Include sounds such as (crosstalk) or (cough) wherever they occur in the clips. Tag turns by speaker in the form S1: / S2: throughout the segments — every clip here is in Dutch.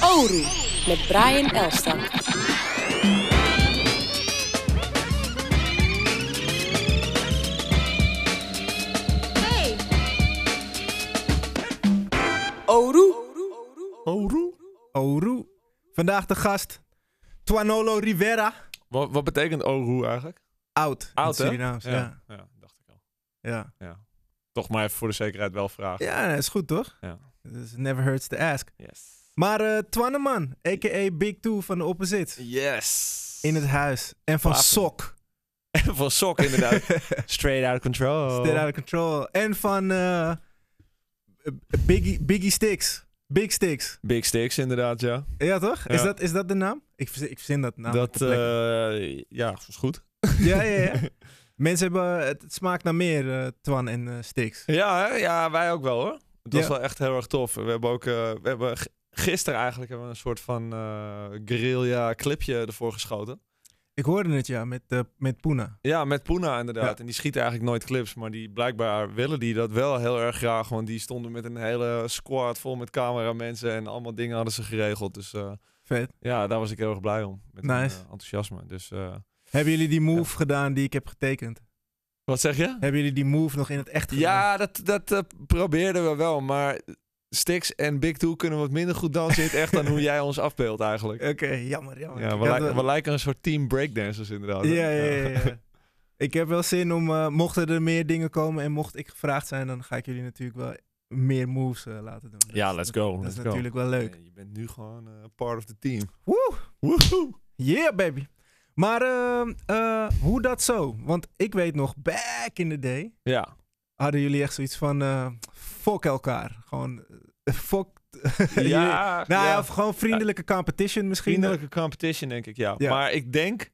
S1: Nauru met Brian Elstak. Oru.
S2: Oru.
S3: Oru. Vandaag de gast, Twanolo Rivera.
S2: Wat, wat betekent Oru eigenlijk?
S3: Oud. in
S2: Oud,
S3: het
S2: hè?
S3: Surinaams, ja.
S2: dacht ik al.
S3: Ja.
S2: Ja. Toch maar even voor de zekerheid wel vragen.
S3: Ja, dat is goed toch?
S2: Ja.
S3: Dus it never hurts to ask.
S2: Yes.
S3: Maar eh Twanneman, a.k.a. Big Two van de opposite.
S2: Yes.
S3: In
S2: (laughs)
S3: het huis. En van
S2: Wapen.
S3: Sok.
S2: Van sok
S3: (laughs)
S2: inderdaad. Straight out of control.
S3: Stay out of control. En van eh, Biggie, Biggie Sticks. Big Sticks.
S2: Big sticks inderdaad, ja.
S3: Ja, toch? Is,
S2: Ja.
S3: dat, is dat de naam? Ik, verzin- ik verzin dat naam.
S2: dat,
S3: Nou, op plekken.
S2: eh, ja, is goed.
S3: Ja, ja,
S2: (laughs)
S3: ja. Mensen hebben... Het, het smaakt naar meer, eh, Twan en eh, Sticks.
S2: Ja, hè? ja, wij ook wel hoor. Het was
S3: Ja.
S2: wel echt heel erg tof. We hebben ook, eh, we hebben g- gisteren eigenlijk hebben we een soort van eh guerrilla clipje ervoor geschoten.
S3: Ik hoorde het, ja, met, eh, met Poena.
S2: Ja, met Puna inderdaad.
S3: Ja.
S2: En die schieten eigenlijk nooit clips, maar die blijkbaar willen die dat wel heel erg graag. Want die stonden met een hele squad vol met cameramensen en allemaal dingen hadden ze geregeld. Dus eh,
S3: Vet.
S2: ja, daar was ik heel erg blij om. Met hun,
S3: Nice.
S2: eh, enthousiasme. Dus eh,
S3: Hebben jullie die move gedaan die ik heb getekend?
S2: wat zeg je?
S3: Hebben jullie die move nog in het echt gedaan?
S2: Ja, dat, dat eh, probeerden we wel, maar Stix en Big Two kunnen wat minder goed dansen in het echt dan hoe jij ons afbeeldt eigenlijk.
S3: Oké, jammer, jammer.
S2: Ja,
S3: Ik
S2: we,
S3: had
S2: lijken-
S3: wel-
S2: we lijken een soort team breakdancers inderdaad. hè?
S3: Ja, ja, ja, ja. Ik heb wel zin om, eh, mochten er meer dingen komen en mocht ik gevraagd zijn, dan ga ik jullie natuurlijk wel meer moves eh, laten doen.
S2: Ja,
S3: Dus
S2: let's
S3: dat-
S2: go.
S3: Dat
S2: let's
S3: is
S2: go.
S3: natuurlijk wel leuk.
S2: Eh, Je bent nu gewoon eh, part of the team.
S3: Woe!
S2: Woehoe!
S3: Yeah, baby. Maar ehm, eh, hoe dat zo? Want ik weet nog, back in the day
S2: Ja,
S3: hadden jullie echt zoiets van eh fuck elkaar. Gewoon eh, fuck. (laughs) jullie-
S2: (laughs) ja,
S3: nou,
S2: ja.
S3: of gewoon vriendelijke competition misschien.
S2: vriendelijke competition denk ik, ja.
S3: Ja.
S2: Maar ik denk,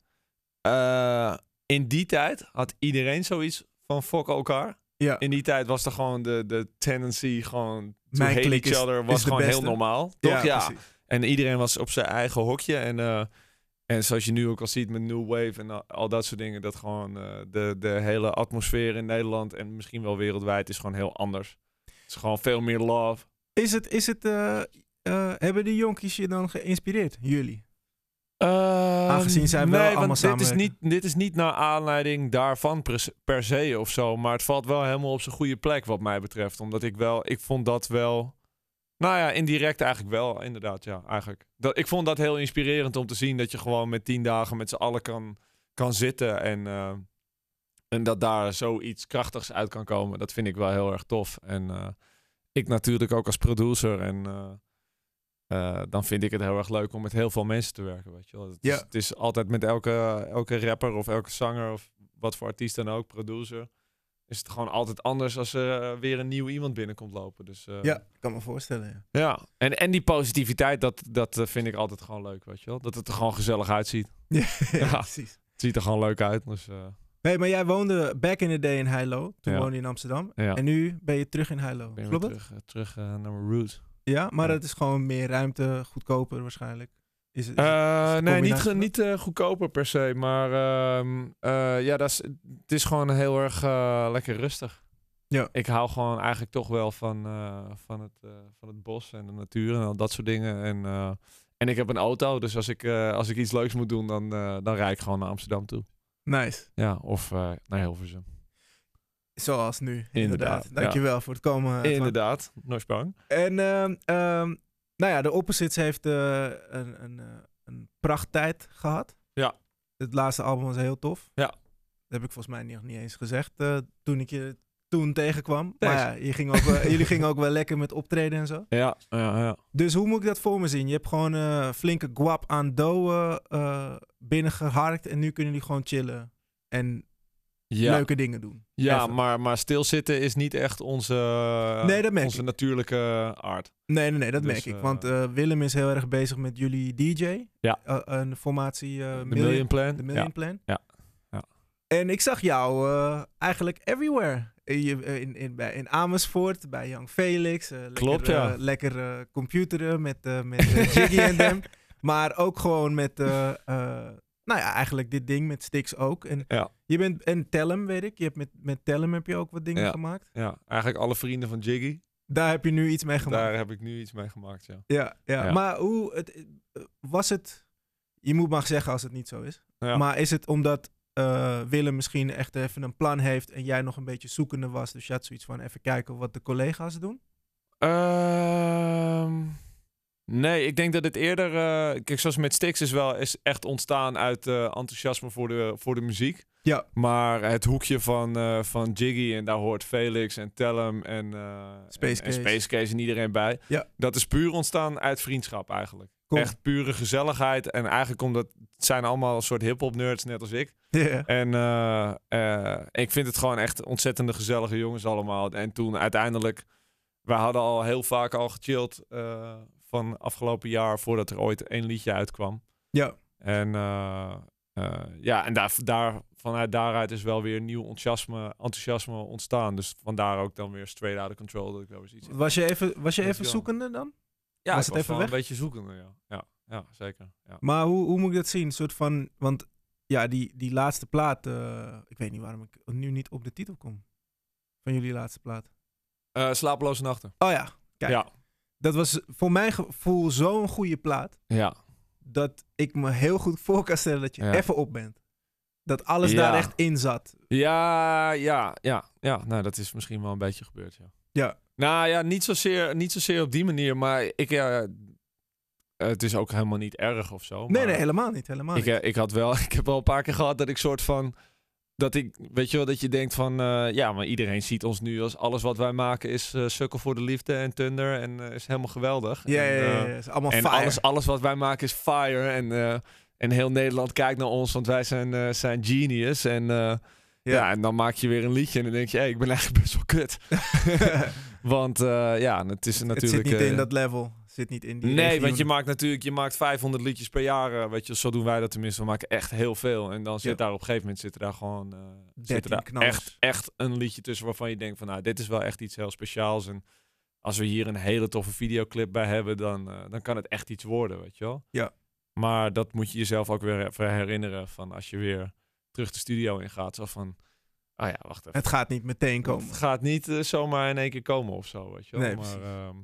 S2: eh, in die tijd had iedereen zoiets van fuck elkaar.
S3: Ja.
S2: In die tijd was er gewoon de, de tendency gewoon to
S3: Mijn
S2: hate
S3: klik
S2: each
S3: is-
S2: other
S3: is
S2: was
S3: de
S2: gewoon heel
S3: beste.
S2: normaal. Toch? Ja,
S3: precies.
S2: En iedereen was op zijn eigen hokje. En, eh, en zoals je nu ook al ziet met New Wave en al, al dat soort dingen, dat gewoon eh, de, de hele atmosfeer in Nederland en misschien wel wereldwijd is gewoon heel anders. Het is gewoon veel meer love.
S3: Is het, is het, eh, eh, hebben die jonkies je dan geïnspireerd? Jullie? Aangezien zij wel
S2: Ehm, nee,
S3: allemaal
S2: want dit is, niet,
S3: samenwerken.
S2: dit is niet naar aanleiding daarvan pres- per se of zo. Maar het valt wel helemaal op zijn goede plek wat mij betreft. Omdat ik wel, ik vond dat wel... Nou ja, indirect eigenlijk wel, inderdaad. Ja, eigenlijk. Dat, ik vond dat heel inspirerend om te zien dat je gewoon met tien dagen met z'n allen kan, kan zitten. En, eh, en dat daar zoiets krachtigs uit kan komen. Dat vind ik wel heel erg tof. En eh, ik natuurlijk ook als producer. En eh, eh, dan vind ik het heel erg leuk om met heel veel mensen te werken. Weet je wel. Het,
S3: Ja.
S2: is, het is altijd met elke, elke rapper of elke zanger of wat voor artiest dan ook, producer. Is het gewoon altijd anders als er eh, weer een nieuw iemand binnenkomt lopen. Dus eh,
S3: Ja, ik kan me voorstellen. (laughs) Ja.
S2: ja, en, en die positiviteit, dat, dat eh, vind ik altijd gewoon leuk, weet je wel. Dat het er gewoon gezellig uitziet.
S3: Ja,
S2: Ja.
S3: precies.
S2: Het ziet er gewoon leuk uit, dus eh,
S3: Nee, maar jij woonde back in the day in Heilo. Toen
S2: Ja.
S3: woonde je in Amsterdam.
S2: ja.
S3: En nu ben je terug in Heilo.
S2: ik ben weer
S3: Klopt het?
S2: terug, eh, terug eh, naar mijn roots.
S3: Ja, maar
S2: Ja.
S3: het is gewoon meer ruimte, goedkoper waarschijnlijk. Is het, is het-
S2: Eh, nee, niet,
S3: combinatie
S2: ge-
S3: van-
S2: niet eh, goedkoper per se, maar ehm, eh, ja, dat is, het is gewoon heel erg eh, lekker rustig.
S3: Ja.
S2: Ik hou gewoon eigenlijk toch wel van, eh, van, het, eh, van het bos en de natuur en al dat soort dingen. En, eh, en ik heb een auto, dus als ik, eh, als ik iets leuks moet doen, dan, eh, dan rijd ik gewoon naar Amsterdam toe.
S3: nice.
S2: Ja, of eh, naar Hilversum.
S3: Zoals nu. Inderdaad.
S2: Inderdaad,
S3: Dankjewel voor het komen. eh, Twan.
S2: Inderdaad, nooit bang.
S3: En ehm, ehm, nou ja, de Opposites heeft eh, een, een, eh, een prachttijd gehad.
S2: Ja.
S3: Het laatste album was heel tof.
S2: Ja.
S3: Dat heb ik volgens mij nog niet eens gezegd eh, toen ik je toen tegenkwam.
S2: Thanks.
S3: Maar ja, je ging ook,
S2: (laughs)
S3: wel- jullie gingen ook wel lekker met optreden en zo.
S2: Ja, ja, ja.
S3: Dus hoe moet ik dat voor me zien? Je hebt gewoon eh, flinke guap aan dough eh, eh, binnengeharkt en nu kunnen jullie gewoon chillen en
S2: Ja,
S3: leuke dingen doen.
S2: ja
S3: Even.
S2: maar, maar stilzitten is niet echt onze,
S3: Nee, dat merk
S2: onze
S3: ik.
S2: natuurlijke aard.
S3: Nee, nee, nee, dat
S2: Dus,
S3: merk ik.
S2: eh,
S3: Want eh, Willem is heel erg bezig met jullie DJ.
S2: Ja.
S3: Eh, een formatie eh,
S2: De
S3: Million,
S2: Million Plan.
S3: de million
S2: ja.
S3: Plan.
S2: Ja. Ja.
S3: En ik zag jou eh, eigenlijk everywhere. In, je- eh, in, in, bij, in Amersfoort, bij Young Felix. eh, lekker,
S2: Klopt, ja.
S3: eh, lekker eh, computeren met, eh, met eh, Jiggy
S2: (laughs)
S3: en dem. Maar ook gewoon met, eh, eh, nou ja, eigenlijk dit ding met Stix ook. En,
S2: Ja.
S3: je bent, en Tellem, weet ik. Je hebt met, met Tellem heb je ook wat dingen
S2: Ja.
S3: gemaakt.
S2: ja, eigenlijk alle vrienden van Jiggy.
S3: Daar heb je nu iets mee gemaakt.
S2: Daar heb ik nu iets mee gemaakt, ja.
S3: Ja, ja.
S2: Ja.
S3: maar hoe het, eh, was het. Je moet maar zeggen als het niet zo is.
S2: Ja.
S3: Maar is het omdat eh, Willem misschien echt even een plan heeft en jij nog een beetje zoekende was? Dus je had zoiets van even kijken wat de collega's doen.
S2: Ehm, nee, ik denk dat het eerder... eh, kijk, zoals met Stix is wel is echt ontstaan uit eh, enthousiasme voor de, voor de muziek.
S3: Ja.
S2: Maar het hoekje van, eh, van Jiggy en daar hoort Felix en Tellem en, eh,
S3: Space
S2: en, en
S3: Case.
S2: Space Case en iedereen bij.
S3: Ja.
S2: Dat is puur ontstaan uit vriendschap eigenlijk.
S3: Kom.
S2: Echt pure gezelligheid. En eigenlijk omdat het zijn allemaal een soort hip-hop nerds, net als ik.
S3: (laughs) Ja.
S2: En eh, eh, ik vind het gewoon echt ontzettende gezellige jongens allemaal. En toen uiteindelijk, we hadden al heel vaak al gechilled eh, van afgelopen jaar voordat er ooit één liedje uitkwam.
S3: Ja.
S2: En eh, eh, ja, en daar, daar, vanuit daaruit is wel weer nieuw enthousiasme, enthousiasme ontstaan. Dus vandaar ook dan weer straight out of control dat ik wel eens iets.
S3: Was je even, was je
S2: Dat is
S3: even
S2: wel-
S3: zoekende dan?
S2: Ja,
S3: was
S2: ik
S3: het even
S2: wel
S3: weg?
S2: Een beetje zoekende, ja. Ja, ja zeker. Ja.
S3: Maar hoe, hoe moet ik dat zien? Een soort van. Want ja, die, die laatste plaat. eh, ik weet niet waarom ik nu niet op de titel kom. Van jullie laatste plaat.
S2: Eh, slapeloze nachten.
S3: Oh ja. Kijk.
S2: Ja.
S3: Dat was voor mijn gevoel zo'n goede plaat.
S2: Ja.
S3: dat ik me heel goed voor kan stellen dat je
S2: Ja.
S3: even op bent. Dat alles
S2: Ja.
S3: daar echt in zat.
S2: Ja, ja, ja, ja. Nou, dat is misschien wel een beetje gebeurd, ja.
S3: Ja.
S2: Nou ja, niet zozeer, niet zozeer op die manier, maar ik... ja, eh, het is ook helemaal niet erg of zo.
S3: Nee,
S2: maar
S3: nee, helemaal niet. Helemaal
S2: ik,
S3: niet.
S2: eh, ik had wel... (laughs) Ik heb wel een paar keer gehad dat ik soort van... Dat ik, weet je wel, dat je denkt van... eh, ja, maar iedereen ziet ons nu als alles wat wij maken is eh, sukkel voor de liefde en Thunder en eh, is helemaal geweldig.
S3: Ja,
S2: En,
S3: ja,
S2: eh,
S3: ja, ja. Het is allemaal
S2: en
S3: fire.
S2: alles, alles wat wij maken is fire. En, eh, en heel Nederland kijkt naar ons, want wij zijn, eh, zijn genius. En, eh, ja. en dan maak je weer een liedje en dan denk je, hey, ik ben eigenlijk best wel
S3: (laughs)
S2: kut. (laughs) want eh, ja, het is
S3: het
S2: natuurlijk...
S3: zit niet
S2: eh,
S3: in dat level. Het zit niet in die
S2: Nee,
S3: regionen.
S2: want je maakt natuurlijk je maakt 500 liedjes per jaar. eh, weet je, zo doen wij dat tenminste. We maken echt heel veel. En dan zit
S3: Ja.
S2: daar op een gegeven moment zitten daar gewoon eh, zitten
S3: 13
S2: daar
S3: knallers.
S2: echt, echt een liedje tussen waarvan je denkt van nou, dit is wel echt iets heel speciaals. En als we hier een hele toffe videoclip bij hebben, dan, eh, dan kan het echt iets worden, weet je wel.
S3: Ja.
S2: Maar dat moet je jezelf ook weer even herinneren van als je weer terug de studio ingaat. Zo van, ah ja, wacht even.
S3: Het gaat niet meteen komen.
S2: Het gaat niet eh, zomaar in één keer komen of zo, weet je wel.
S3: Nee,
S2: maar
S3: precies.
S2: ehm,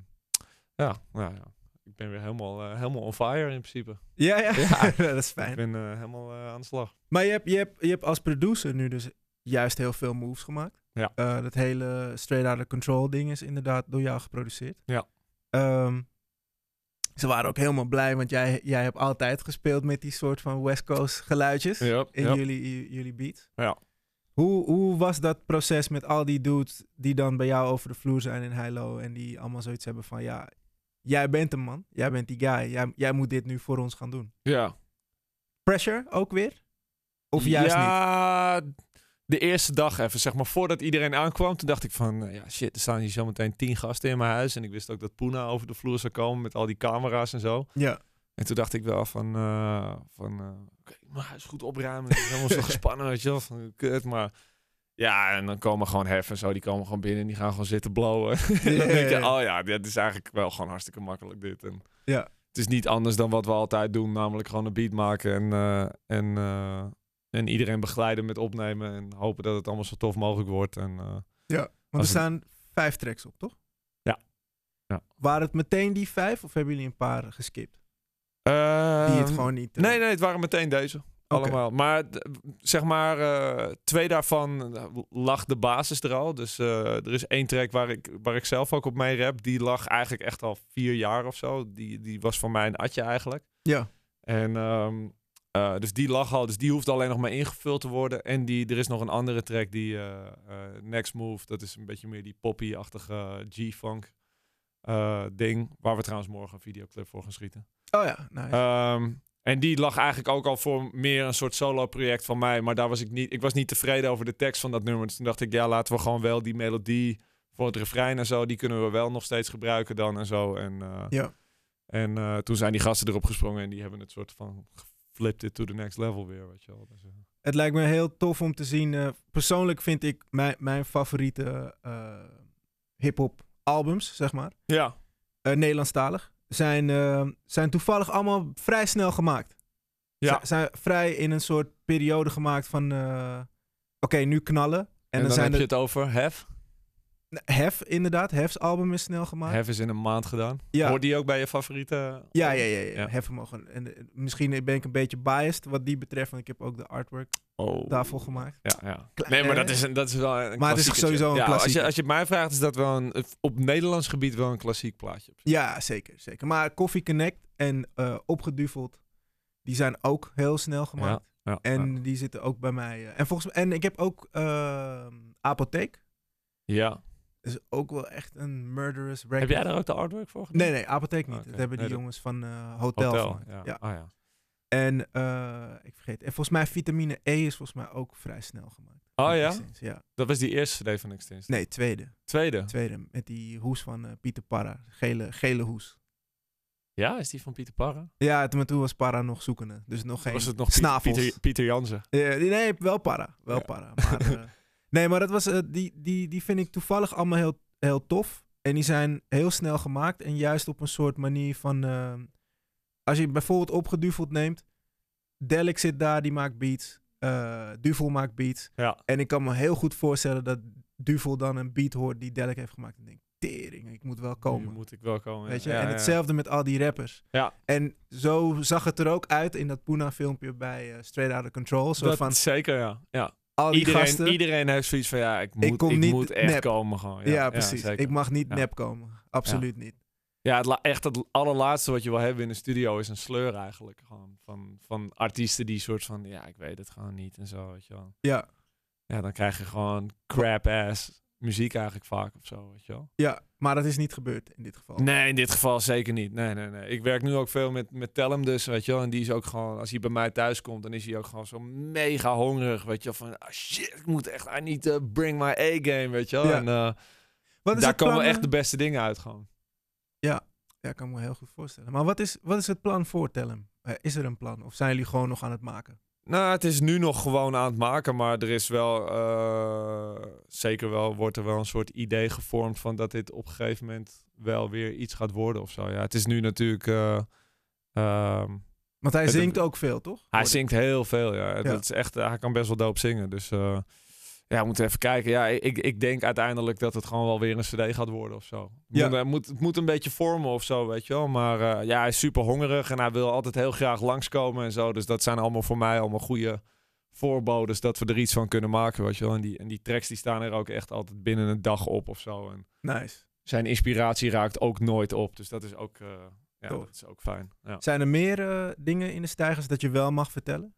S2: ja, nou ja, ik ben weer helemaal, eh, helemaal on fire in principe.
S3: Ja, ja.
S2: Ja.
S3: (laughs) dat is
S2: Ik
S3: fijn.
S2: ben eh, helemaal eh, aan de slag.
S3: Maar je hebt, je, hebt, je hebt als producer nu dus juist heel veel moves gemaakt.
S2: Ja.
S3: Eh, dat hele Straight Outta Control ding is inderdaad door jou geproduceerd.
S2: Ja.
S3: Ehm, ze waren ook helemaal blij, want jij, jij hebt altijd gespeeld met die soort van West Coast geluidjes
S2: Ja,
S3: in
S2: ja.
S3: jullie, j- jullie beat.
S2: Ja.
S3: Hoe, hoe was dat proces met al die dudes die dan bij jou over de vloer zijn in Hilo en die allemaal zoiets hebben van ja, jij bent een man, jij bent die guy, jij, jij moet dit nu voor ons gaan doen.
S2: ja.
S3: Pressure ook weer? Of juist niet?
S2: ja, de eerste dag even, zeg maar, voordat iedereen aankwam, toen dacht ik van, eh, ja shit, er staan hier zometeen tien gasten in mijn huis. En ik wist ook dat Poena over de vloer zou komen met al die camera's en zo.
S3: Ja.
S2: En toen dacht ik wel van, eh, van eh, oké, ik moet mijn huis goed opruimen. Ik ben helemaal
S3: (laughs)
S2: zo gespannen, weet je wel. Van, kut, maar... Ja, en dan komen gewoon heffen en zo. Die komen gewoon binnen en die gaan gewoon zitten blowen. (laughs) En (laughs) dan denk je, oh ja, dit is eigenlijk wel gewoon hartstikke makkelijk dit. En
S3: Ja.
S2: Het is niet anders dan wat we altijd doen. Namelijk gewoon een beat maken en, eh, en, eh, en iedereen begeleiden met opnemen. En hopen dat het allemaal zo tof mogelijk wordt. En, eh,
S3: Want
S2: Als
S3: er staan vijf tracks op, toch?
S2: Ja. Ja.
S3: Waren het meteen die vijf of hebben jullie een paar geskipt? Die het
S2: ehm,
S3: gewoon niet... eh,
S2: Nee, nee, het waren meteen deze.
S3: Oké.
S2: Allemaal. Maar d- zeg maar, eh, twee daarvan eh, lag de basis er al. Dus eh, er is één track waar ik, waar ik zelf ook op mee rap. Die lag eigenlijk echt al vier jaar of zo. Die, die was van mij een atje eigenlijk.
S3: Ja.
S2: En ehm, eh, dus die lag al. Dus die hoeft alleen nog maar ingevuld te worden. En die, er is nog een andere track die eh, eh, Next Move. Dat is een beetje meer die poppy-achtige G-funk eh, ding. Waar we trouwens morgen een videoclip voor gaan schieten.
S3: Oh ja, nice.
S2: Ehm, en die lag eigenlijk ook al voor meer een soort solo-project van mij. Maar daar was ik niet, ik was niet tevreden over de tekst van dat nummer. Dus toen dacht ik, ja, laten we gewoon wel die melodie voor het refrein en zo, die kunnen we wel nog steeds gebruiken dan en zo. En, eh,
S3: Ja.
S2: en eh, toen zijn die gasten erop gesprongen en die hebben het soort van flipped it to the next level weer, weet je wel. Dus, eh,
S3: Het lijkt me heel tof om te zien. eh, persoonlijk vind ik mijn, mijn favoriete eh hip-hop albums, zeg maar,
S2: ja,
S3: eh, Nederlandstalig, zijn, eh, zijn toevallig allemaal vrij snel gemaakt.
S2: ja.
S3: Zijn, zijn vrij in een soort periode gemaakt van, eh, oké, nu knallen. En, dan,
S2: En, dan
S3: zijn
S2: heb
S3: er
S2: je het over Hef.
S3: Hef, inderdaad. Hef's album is snel gemaakt.
S2: Hef is in een maand gedaan.
S3: Ja.
S2: Hoort die ook bij je favoriete?
S3: Ja, ja, ja. ja.
S2: Ja.
S3: Hef hem ook een- En, eh, misschien ben ik een beetje biased wat die betreft, want ik heb ook de artwork
S2: Oh.
S3: daarvoor gemaakt.
S2: Ja, ja.
S3: Klein-
S2: Nee, maar dat is, een, dat is wel een
S3: Maar het is toch
S2: klassiekertje.
S3: sowieso een
S2: ja, als je,
S3: klassieker.
S2: als je het mij vraagt, is dat wel een, op Nederlands gebied wel een klassiek plaatje.
S3: Ja, zeker, zeker. Maar Coffee Connect en eh, Opgeduveld, die zijn ook heel snel gemaakt.
S2: Ja,
S3: En die zitten ook bij mij. eh, en, volgens mij, en ik heb ook eh, Apotheek.
S2: ja.
S3: Dat is ook wel echt een murderous record.
S2: Heb jij daar ook de artwork voor gedaan?
S3: Nee, nee, Apotheek niet.
S2: Ah, oké.
S3: Dat hebben die
S2: Nee, dat-
S3: jongens van eh, Hotel, gemaakt.
S2: ja.
S3: Ja.
S2: Ah, ja.
S3: En eh, ik vergeet. En volgens mij vitamine E is volgens mij ook vrij snel gemaakt.
S2: Oh
S3: Van
S2: ja?
S3: Extinct, ja.
S2: Dat was die eerste CD van Extinct.
S3: Nee, tweede.
S2: Tweede.
S3: Tweede, met die hoes van eh, Pieter Parra. Gele, gele hoes.
S2: Ja, is die van Pieter Parra?
S3: Ja, toen, maar toen was Parra nog zoekende. Dus nog geen
S2: was het nog Piet-
S3: snavels.
S2: Pieter, Pieter Jansen?
S3: Eh, die- nee, wel Parra. Wel
S2: Ja.
S3: Parra. Maar,
S2: (laughs)
S3: eh, nee, maar dat was, eh, die, die, die vind ik toevallig allemaal heel, heel tof. En die zijn heel snel gemaakt. En juist op een soort manier van... eh, als je bijvoorbeeld opgeduveld neemt. Delic zit daar, die maakt beats. eh Duvel maakt beats.
S2: Ja.
S3: En ik kan me heel goed voorstellen dat Duvel dan een beat hoort die Delic heeft gemaakt. En denkt, tering, ik moet wel
S2: Nu
S3: komen.
S2: moet ik wel komen. ja.
S3: Weet je?
S2: Ja,
S3: en
S2: ja.
S3: hetzelfde met al die rappers.
S2: Ja.
S3: En zo zag het er ook uit in dat Puna-filmpje bij eh, Straight Outta Control. Een soort
S2: Dat
S3: van
S2: zeker, ja. ja.
S3: al die
S2: Iedereen,
S3: gasten.
S2: iedereen heeft zoiets van, ja, ik moet, ik
S3: kom niet
S2: moet echt
S3: nep.
S2: komen gewoon. Ja,
S3: ja, precies.
S2: zeker.
S3: ik mag niet
S2: Ja.
S3: nep komen. Absoluut niet.
S2: Ja, het la- echt het allerlaatste wat je wil hebben in een studio is een sleur eigenlijk. Gewoon van, van artiesten die soort van, ja, ik weet het gewoon niet en zo, weet je wel.
S3: Ja,
S2: Ja, dan krijg je gewoon crap-ass muziek eigenlijk vaak of zo, weet je wel.
S3: ja, maar dat is niet gebeurd in dit geval.
S2: Nee, in dit geval zeker niet. Nee, nee, nee. Ik werk nu ook veel met, met Tellem dus, weet je wel. En die is ook gewoon, als hij bij mij thuis komt, dan is hij ook gewoon zo mega hongerig, weet je wel. Van, ah, shit, ik moet echt, I need to bring my A-game, weet je wel.
S3: Ja.
S2: En eh,
S3: Wat is
S2: daar
S3: het
S2: komen
S3: plan,
S2: echt
S3: eh?
S2: de beste dingen uit gewoon.
S3: Ja, ik kan me heel goed voorstellen. Maar wat is, wat is het plan voor Tellem? Eh, is er een plan? Of zijn jullie gewoon nog aan het maken?
S2: Nou, het is nu nog gewoon aan het maken, maar er is wel, eh, zeker wel, wordt er wel een soort idee gevormd van dat dit op een gegeven moment wel weer iets gaat worden of zo. Ja, het is nu natuurlijk, eh, ehm,
S3: Want hij
S2: Het-
S3: zingt ook veel, toch?
S2: hij zingt heel veel, ja. Dat is echt, hij kan best wel doop zingen, dus eh, ja, we moeten even kijken. Ja, ik, ik denk uiteindelijk dat het gewoon wel weer een cd gaat worden of zo.
S3: Ja.
S2: Moet, eh, moet, het moet een beetje vormen of zo, weet je wel. Maar eh, ja, hij is super hongerig en hij wil altijd heel graag langskomen en zo. Dus dat zijn allemaal voor mij allemaal goede voorbodes dat we er iets van kunnen maken, weet je wel. En die, en die tracks die staan er ook echt altijd binnen een dag op of zo. En
S3: Nice.
S2: zijn inspiratie raakt ook nooit op. Dus dat is ook, eh, ja,
S3: Tof.
S2: dat is ook fijn. Ja.
S3: Zijn er meer eh, dingen in de stijgers dat je wel mag vertellen?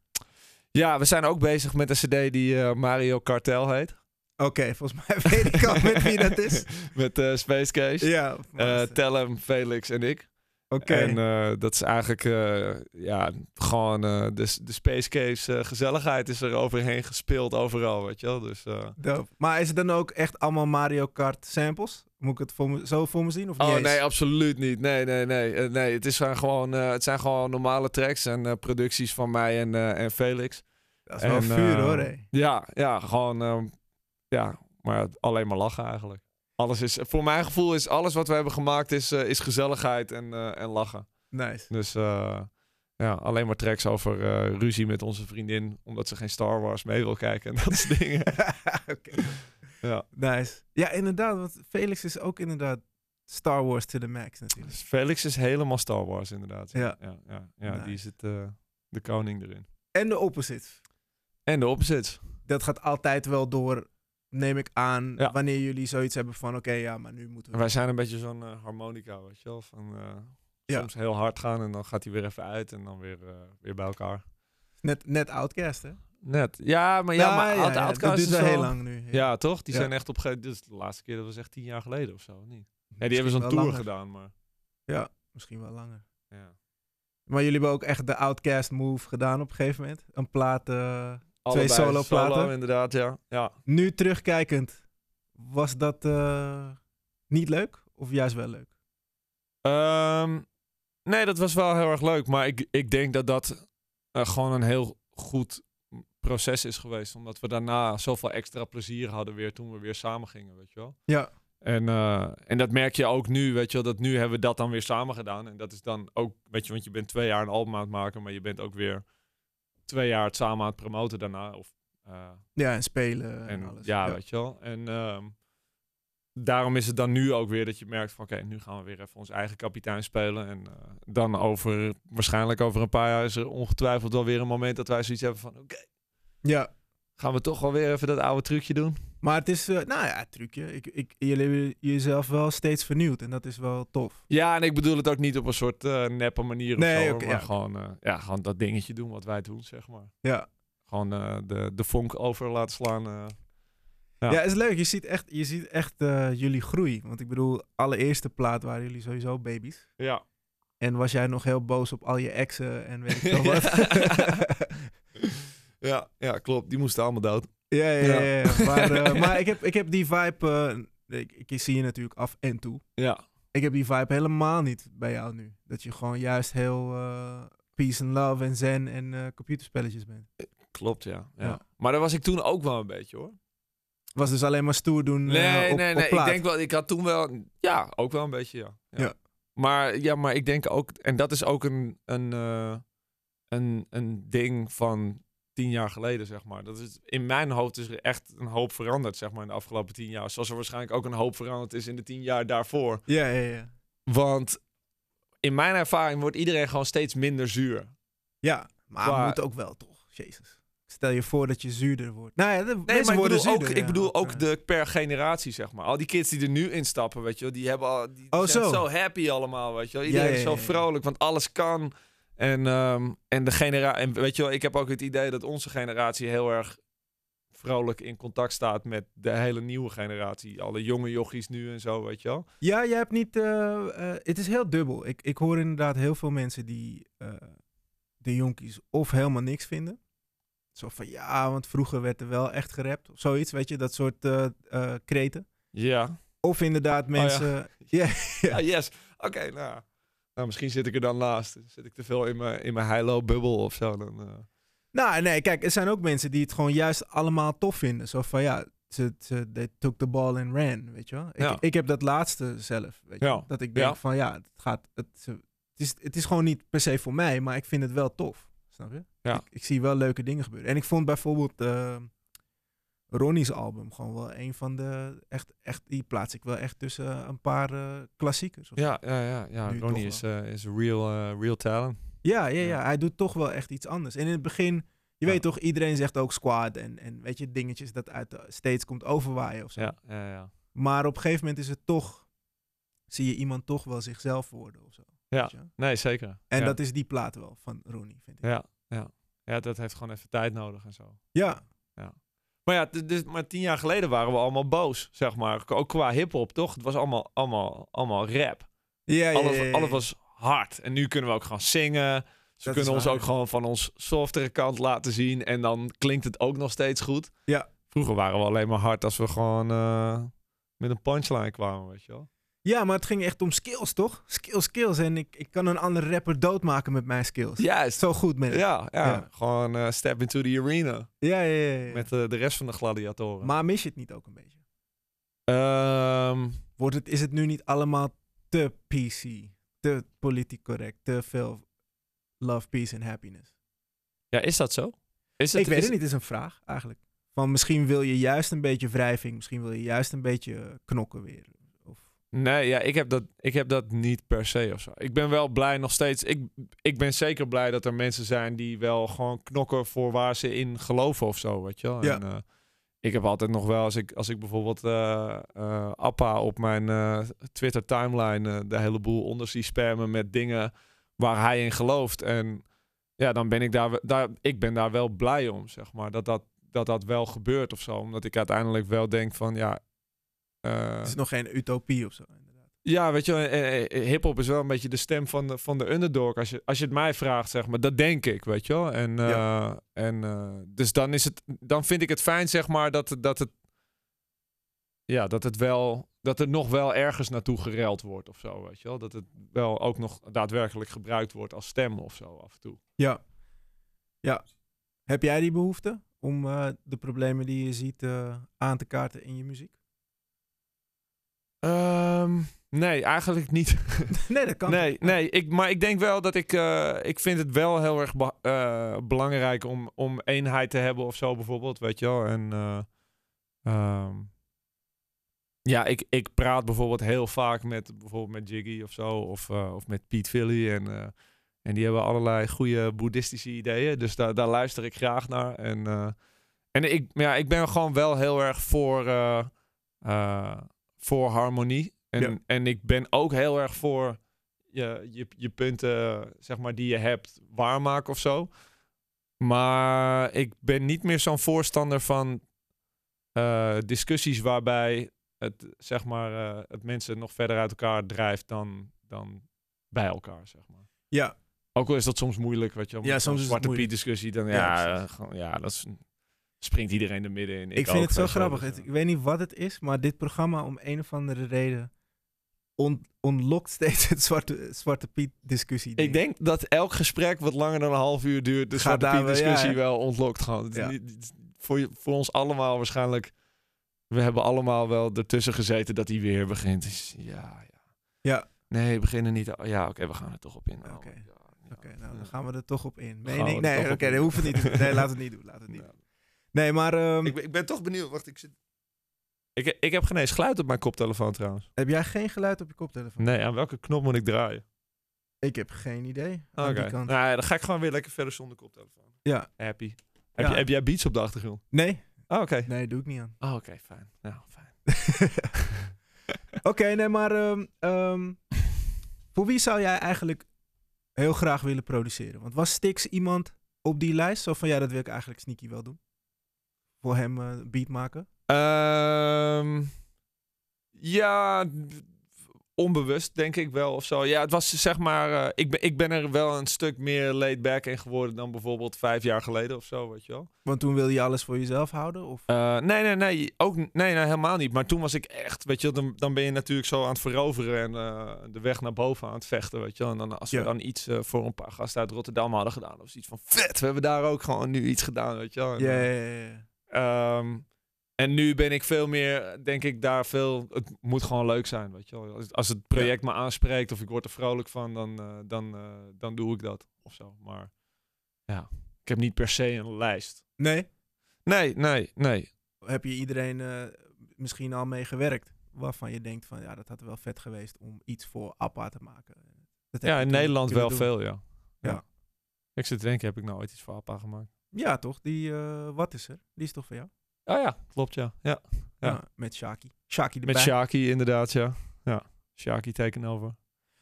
S2: ja, we zijn ook bezig met een cd die eh, Mario Cartel
S3: (laughs)
S2: heet.
S3: Oké, volgens mij (laughs) weet ik al met wie dat is.
S2: (laughs) Met eh, Space Case.
S3: Ja,
S2: Eh,
S3: oké.
S2: Tell hem, Felix en ik. En eh, dat is eigenlijk eh, ja, gewoon eh, de, de Space Case eh, gezelligheid is er overheen gespeeld overal, weet je wel. Dus eh,
S3: Dope. Maar is het dan ook echt allemaal Mario Kart samples? Moet ik het voor me, zo voor me zien? Of niet
S2: Oh
S3: eens?
S2: nee, absoluut niet. Nee, nee, nee. Eh, nee het, is zijn gewoon, eh, het zijn gewoon normale tracks en eh, producties van mij en, eh, en Felix.
S3: dat is wel
S2: en,
S3: vuur
S2: eh,
S3: hoor. hé.
S2: Ja, ja gewoon. ehm, ja, maar alleen maar lachen eigenlijk. Alles is, voor mijn gevoel is alles wat we hebben gemaakt is, eh, is gezelligheid en, eh, en lachen.
S3: Nice.
S2: Dus eh, ja, alleen maar tracks over eh, ruzie met onze vriendin. Omdat ze geen Star Wars mee wil kijken en (laughs) dat soort dingen.
S3: (laughs) Oké.
S2: Ja.
S3: Nice. Ja, inderdaad. Want Felix is ook inderdaad Star Wars to the max natuurlijk.
S2: Dus Felix is helemaal Star Wars inderdaad.
S3: Ja.
S2: ja, ja, ja,
S3: Nice.
S2: die zit eh, de koning erin.
S3: En de opposite.
S2: En de opposites.
S3: Dat gaat altijd wel door, neem ik aan,
S2: Ja.
S3: wanneer jullie zoiets hebben van... Oké, ja, maar nu moeten
S2: En
S3: we...
S2: wij zijn een beetje zo'n eh, harmonica, weet je wel. Van, eh,
S3: Ja.
S2: Soms heel hard gaan en dan gaat hij weer even uit en dan weer, eh, weer bij elkaar.
S3: Net, net Outcast, hè?
S2: Net. Ja, maar, ja,
S3: Nou,
S2: maar Out-
S3: dat
S2: Outcast
S3: duurt
S2: is
S3: wel
S2: wel-
S3: heel lang nu.
S2: Ja, toch? Die
S3: Ja.
S2: zijn echt op... ge- Dus de laatste keer, dat was echt tien jaar geleden of zo, of niet? Ja,
S3: Misschien
S2: die hebben zo'n
S3: wel
S2: tour
S3: langer.
S2: gedaan, maar...
S3: Misschien wel langer.
S2: Ja.
S3: Maar jullie hebben ook echt de Outcast move gedaan op een gegeven moment. Een plaat... eh,
S2: Allebei
S3: soloplaten.
S2: Solo, inderdaad, ja. ja.
S3: Nu terugkijkend, was dat eh, niet leuk? Of juist wel leuk?
S2: Ehm, nee, dat was wel heel erg leuk. Maar ik, ik denk dat dat eh, gewoon een heel goed proces is geweest. Omdat we daarna zoveel extra plezier hadden weer toen we weer samen gingen, weet je wel.
S3: Ja.
S2: En, eh, en dat merk je ook nu, weet je wel. Dat nu hebben we dat dan weer samen gedaan. En dat is dan ook, weet je, want je bent twee jaar een album aan het maken. Maar je bent ook weer twee jaar het samen aan het promoten daarna. Of... eh,
S3: Ja, en spelen en,
S2: en,
S3: alles.
S2: ja, weet je wel. En ehm, daarom is het dan nu ook weer dat je merkt van oké, nu gaan we weer even ons eigen kapitein spelen. En eh, dan over, waarschijnlijk over een paar jaar is er ongetwijfeld wel weer een moment dat wij zoiets hebben van oké,
S3: Ja,
S2: gaan we toch wel weer even dat oude trucje doen.
S3: maar het is, eh, nou ja, trucje. Ik, ik, jullie hebben jezelf wel steeds vernieuwd en dat is wel tof.
S2: Ja, en ik bedoel het ook niet op een soort eh, neppe manier of
S3: Nee,
S2: zo.
S3: oké,
S2: maar
S3: ja.
S2: gewoon, eh, ja, gewoon dat dingetje doen wat wij doen, zeg maar.
S3: Ja.
S2: Gewoon eh, de, de vonk over laten slaan. eh.
S3: Ja,
S2: Ja.
S3: is leuk. Je ziet echt, je ziet echt eh, jullie groei. Want ik bedoel, allereerste plaat waren jullie sowieso baby's.
S2: Ja.
S3: En was jij nog heel boos op al je exen en weet ik
S2: (laughs)
S3: (laughs) veel wat.
S2: ja. Ja, klopt. Die moesten allemaal dood.
S3: ja, ja, ja.
S2: Ja.
S3: ja. Maar, (laughs) eh, maar ik, heb, ik heb die vibe, eh, ik, ik zie je natuurlijk af en toe.
S2: Ja.
S3: Ik heb die vibe helemaal niet bij jou nu. Dat je gewoon juist heel eh, peace and love en zen en eh, computerspelletjes bent.
S2: Klopt, ja. ja.
S3: Ja.
S2: Maar daar was ik toen ook wel een beetje, hoor.
S3: Was dus alleen maar stoer doen eh,
S2: Nee,
S3: op,
S2: nee,
S3: op
S2: nee. Ik
S3: plaat.
S2: denk wel, ik had toen wel, ja, ook wel een beetje, ja.
S3: Ja.
S2: Maar, ja, maar ik denk ook, en dat is ook een, een, eh, een, een ding van tien jaar geleden, zeg maar. Dat is, in mijn hoofd is er echt een hoop veranderd, zeg maar, in de afgelopen tien jaar. Zoals er waarschijnlijk ook een hoop veranderd is in de tien jaar daarvoor.
S3: Ja, ja, ja.
S2: Want in mijn ervaring wordt iedereen gewoon steeds minder zuur.
S3: Ja, maar
S2: Qua-
S3: moet ook wel toch. Jezus. Stel je voor dat je zuurder wordt. Nou ja, de
S2: Nee,
S3: mensen
S2: maar ik
S3: worden
S2: bedoel, ook,
S3: zuurder,
S2: ik
S3: ja.
S2: bedoel ook de per generatie, zeg maar. Al die kids die er nu instappen, weet je wel, die, hebben al, die
S3: Oh,
S2: zijn
S3: zo.
S2: zo. happy allemaal, weet je wel. Iedereen
S3: ja,
S2: is
S3: ja,
S2: zo
S3: ja.
S2: vrolijk, want alles kan. En, ehm, en de generatie, en weet je wel, ik heb ook het idee dat onze generatie heel erg vrolijk in contact staat met de hele nieuwe generatie. Alle jonge jochies nu en zo, weet je wel.
S3: Ja, jij hebt niet... eh, eh, het is heel dubbel. Ik, ik hoor inderdaad heel veel mensen die eh, de jonkies of helemaal niks vinden. Zo van, ja, want vroeger werd er wel echt gerapt. Of zoiets, weet je, dat soort eh eh, kreten.
S2: (laughs) Ja.
S3: Of inderdaad
S2: Oh, ja.
S3: mensen... Ja.
S2: Ah, yes. Oké, nou. Nou, misschien zit ik er dan naast. Zit ik te veel in mijn, in mijn high-low-bubbel of zo. Dan, eh.
S3: Nou, nee, kijk, er zijn ook mensen die het gewoon juist allemaal tof vinden. Zo van, ja, ze, ze they took the ball and ran, weet je wel. Ik,
S2: Ja.
S3: ik heb dat laatste zelf, weet je
S2: Ja.
S3: wel. Dat ik denk
S2: Ja.
S3: van, ja, het gaat... Het, ze- het, is, het is gewoon niet per se voor mij, maar ik vind het wel tof. Snap je?
S2: Ja.
S3: Ik, ik zie wel leuke dingen gebeuren. En ik vond bijvoorbeeld eh, Ronnie's album gewoon wel een van de... Echt, echt, die plaats ik wel echt tussen een paar eh, klassiekers. of zo.
S2: Ja, ja, ja. ja.
S3: Nu
S2: Ronnie
S3: toch
S2: is, eh, is real, eh, real talent.
S3: Ja, ja, ja,
S2: Ja.
S3: hij doet toch wel echt iets anders. En in het begin, je
S2: Ja.
S3: weet toch, iedereen zegt ook squad en, en weet je, dingetjes dat uit de steeds komt overwaaien of zo.
S2: Ja, ja, ja.
S3: Maar op een gegeven moment is het toch, zie je iemand toch wel zichzelf worden of zo.
S2: Ja.
S3: weet je?
S2: Nee, zeker.
S3: En
S2: ja.
S3: dat is die plaat wel van Rooney, vind ik.
S2: Ja, ja. ja, dat heeft gewoon even tijd nodig en zo.
S3: Ja,
S2: Maar ja, d- dus, maar tien jaar geleden waren we allemaal boos, zeg maar. K- Ook qua hip-hop, toch? Het was allemaal, allemaal, allemaal rap.
S3: ja, ja. ja, ja,
S2: Alles,
S3: ja.
S2: alles was hard. En nu kunnen we ook gewoon zingen. Ze
S3: Dat
S2: kunnen
S3: is
S2: ons
S3: waar.
S2: ook gewoon van ons softere kant laten zien. En dan klinkt het ook nog steeds goed.
S3: Ja.
S2: Vroeger waren we alleen maar hard als we gewoon eh, met een punchline kwamen, weet je wel.
S3: Ja, maar het ging echt om skills, toch? Skills, skills. En ik, ik kan een andere rapper doodmaken met mijn skills.
S2: Juist.
S3: Zo goed, man.
S2: Ja, ja.
S3: Ja.
S2: gewoon eh, step into the arena
S3: ja, ja, ja, ja.
S2: met eh, de rest van de gladiatoren.
S3: Maar mis je het niet ook een beetje?
S2: Ehm,
S3: wordt het, is het nu niet allemaal te PC, te politiek correct, te veel love, peace en happiness?
S2: ja, is dat zo? Is
S3: ik weet
S2: is
S3: het niet, het is een vraag eigenlijk. Van misschien wil je juist een beetje wrijving, misschien wil je juist een beetje knokken weer. Of,
S2: Nee, ja, ik, heb dat, ik heb dat niet per se of zo. Ik ben wel blij nog steeds. Ik, ik ben zeker blij dat er mensen zijn die wel gewoon knokken voor waar ze in geloven of zo, weet je wel.
S3: Ja.
S2: En, eh, ik heb altijd nog wel, als ik, als ik bijvoorbeeld eh, eh, Appa op mijn eh, Twitter timeline eh, de hele boel onder zie spammen met dingen waar hij in gelooft. En ja, dan ben ik daar, we- daar, ik ben daar wel blij om, zeg maar. Dat dat, dat, dat wel gebeurt of zo. Omdat ik uiteindelijk wel denk van, ja... eh,
S3: het is nog geen utopie of zo. Inderdaad.
S2: ja, weet je, wel, eh, eh, hip-hop is wel een beetje de stem van de, van de underdog. Als je, als je het mij vraagt, zeg maar, dat denk ik, weet je wel. En, eh,
S3: Ja.
S2: en eh, dus dan is het, dan vind ik het fijn, zeg maar, dat, dat het, ja, dat het wel, dat er nog wel ergens naartoe gereld wordt of zo, weet je wel. Dat het wel ook nog daadwerkelijk gebruikt wordt als stem of zo af en toe.
S3: Ja. ja. Heb jij die behoefte om eh, de problemen die je ziet eh, aan te kaarten in je muziek? (laughs)
S2: Ehm, nee, eigenlijk niet. (laughs)
S3: nee, dat kan.
S2: Nee, nee ik, maar ik denk wel dat ik... eh, ik vind het wel heel erg be- eh, belangrijk om, om eenheid te hebben of zo bijvoorbeeld, weet je wel. En, eh, ehm, Ja, ik, ik praat bijvoorbeeld heel vaak met, bijvoorbeeld met Jiggy of zo. Of, eh, of met Piet Philly. En, eh, en die hebben allerlei goede boeddhistische ideeën. Dus daar, daar luister ik graag naar. En, eh, en ik, maar ja, ik ben gewoon wel heel erg voor, eh, eh, voor harmonie. En,
S3: Ja.
S2: en ik ben ook heel erg voor je, je, je punten zeg maar, die je hebt waarmaken of zo. Maar ik ben niet meer zo'n voorstander van eh, discussies waarbij het, zeg maar, eh, het mensen nog verder uit elkaar drijft dan, dan bij elkaar. Zeg maar.
S3: Ja,
S2: Ook al is dat soms moeilijk, weet je wel.
S3: Ja,
S2: met zo'n
S3: soms is het
S2: Zwarte Piet
S3: moeilijk.
S2: discussie, dan ja,
S3: Ja,
S2: ja,
S3: precies.
S2: gewoon- ja dat is, springt iedereen er midden in.
S3: ik, vind
S2: ook,
S3: het zo
S2: weet je wel,
S3: grappig.
S2: dus,
S3: Het-
S2: ja.
S3: ik weet niet wat het is, maar dit programma om een of andere reden on- ontlokt steeds het zwarte, zwarte Piet discussie.
S2: Ik denk dat elk gesprek wat langer dan een half uur duurt, de
S3: Gaat
S2: Zwarte
S3: daar
S2: Piet
S3: wel- ja,
S2: discussie
S3: ja.
S2: wel ontlokt. Gewoon. Het is
S3: Ja.
S2: niet- het is Voor, je- voor ons allemaal waarschijnlijk, we hebben allemaal wel ertussen gezeten dat hij weer begint. Dus ja, ja.
S3: Ja.
S2: Nee, beginnen niet. Ja, oké, we gaan er toch op in. Oh,
S3: Oké.
S2: ja, ja.
S3: Oké, nou, dan gaan we er toch op in.
S2: Gaan
S3: Nee,
S2: we
S3: nee,
S2: er
S3: nee
S2: toch
S3: oké,
S2: op in.
S3: dat hoeft het niet. te doen. Nee, laat het niet doen. Laat het
S2: (laughs)
S3: niet
S2: Nou,
S3: doen. Nee, maar ehm,
S4: Ik, ben- ik ben toch benieuwd. Wacht, ik zit...
S2: ik, ik heb geen eens geluid op mijn koptelefoon trouwens.
S3: heb jij geen geluid op je koptelefoon?
S2: Nee, aan welke knop moet ik draaien?
S3: Ik heb geen idee. Aan
S2: Oké.
S3: die kant.
S2: Nou, ja, dan ga ik gewoon weer lekker verder zonder koptelefoon.
S3: Ja.
S2: Happy.
S3: Ja.
S2: Heb, je, heb jij beats op de achtergrond?
S3: Nee,
S2: Oh, oké.
S3: nee, doe ik niet
S2: (laughs)
S3: aan.
S2: Oh, oké, fijn. Nou,
S3: (laughs)
S2: fijn.
S3: Oké, nee, maar ehm, ehm, voor wie zou jij eigenlijk heel graag willen produceren? Want was Stix iemand op die lijst? Zo van, ja, dat wil ik eigenlijk sneaky wel doen. Voor hem eh, een beat maken.
S2: Ehm, ja, d- onbewust denk ik wel of zo. Ja, het was zeg maar... eh, ik, ben, ik ben er wel een stuk meer laid back in geworden dan bijvoorbeeld vijf jaar geleden of zo, weet je wel.
S3: Want toen wilde je alles voor jezelf houden? Of?
S2: Eh, nee, nee, nee, ook, n- nee, nee, helemaal niet. Maar toen was ik echt, weet je, wel, dan, dan ben je natuurlijk zo aan het veroveren en eh, de weg naar boven aan het vechten, weet je. wel. En dan als we
S3: Ja.
S2: dan iets eh, voor een paar gasten uit Rotterdam hadden gedaan, of zoiets van vet, we hebben daar ook gewoon nu iets gedaan, weet je. wel. En,
S3: Ja,
S2: eh,
S3: ja, ja, ja.
S2: Ehm, en nu ben ik veel meer, denk ik, daar veel. Het moet gewoon leuk zijn, weet je wel. Als, als het project me aanspreekt of ik word er vrolijk van, dan, eh, dan, eh, dan doe ik dat of zo. Maar ja, ik heb niet per se een lijst.
S3: Nee?
S2: Nee, nee, nee.
S3: Heb je iedereen eh, misschien al mee gewerkt? Waarvan je denkt van, ja, dat had wel vet geweest om iets voor Appa te maken. Dat heb
S2: Ja,
S3: je
S2: in
S3: toen
S2: Nederland
S3: kunnen doen.
S2: wel veel, ja.
S3: Ja.
S2: Ik zit te denken, heb ik nou ooit iets voor APA gemaakt?
S3: Ja, toch? Die, eh, wat is er? Die is toch van jou?
S2: Oh ja, klopt, ja. ja. Ja.
S3: Ja. met Shaki. Shaki erbij.
S2: Met Shaki inderdaad, ja. Ja, Shaki taken over.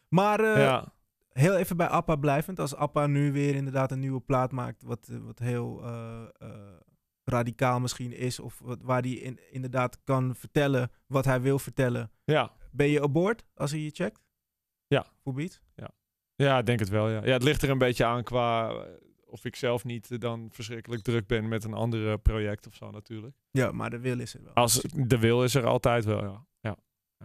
S3: Maar eh,
S2: ja.
S3: heel even bij Appa blijvend. Als Appa nu weer inderdaad een nieuwe plaat maakt, wat, eh, wat heel eh, eh, radicaal misschien is, of wat, waar hij in, inderdaad kan vertellen wat hij wil vertellen.
S2: ja.
S3: Ben je aboard als hij je checkt?
S2: Ja.
S3: Voor beat?
S2: Ja, ik denk het wel. Ja. ja, het ligt er een beetje aan qua eh, of ik zelf niet eh, dan verschrikkelijk druk ben met een ander project of zo natuurlijk.
S3: Ja, maar de wil is er wel.
S2: Als de wil is er altijd wel, ja. Ja,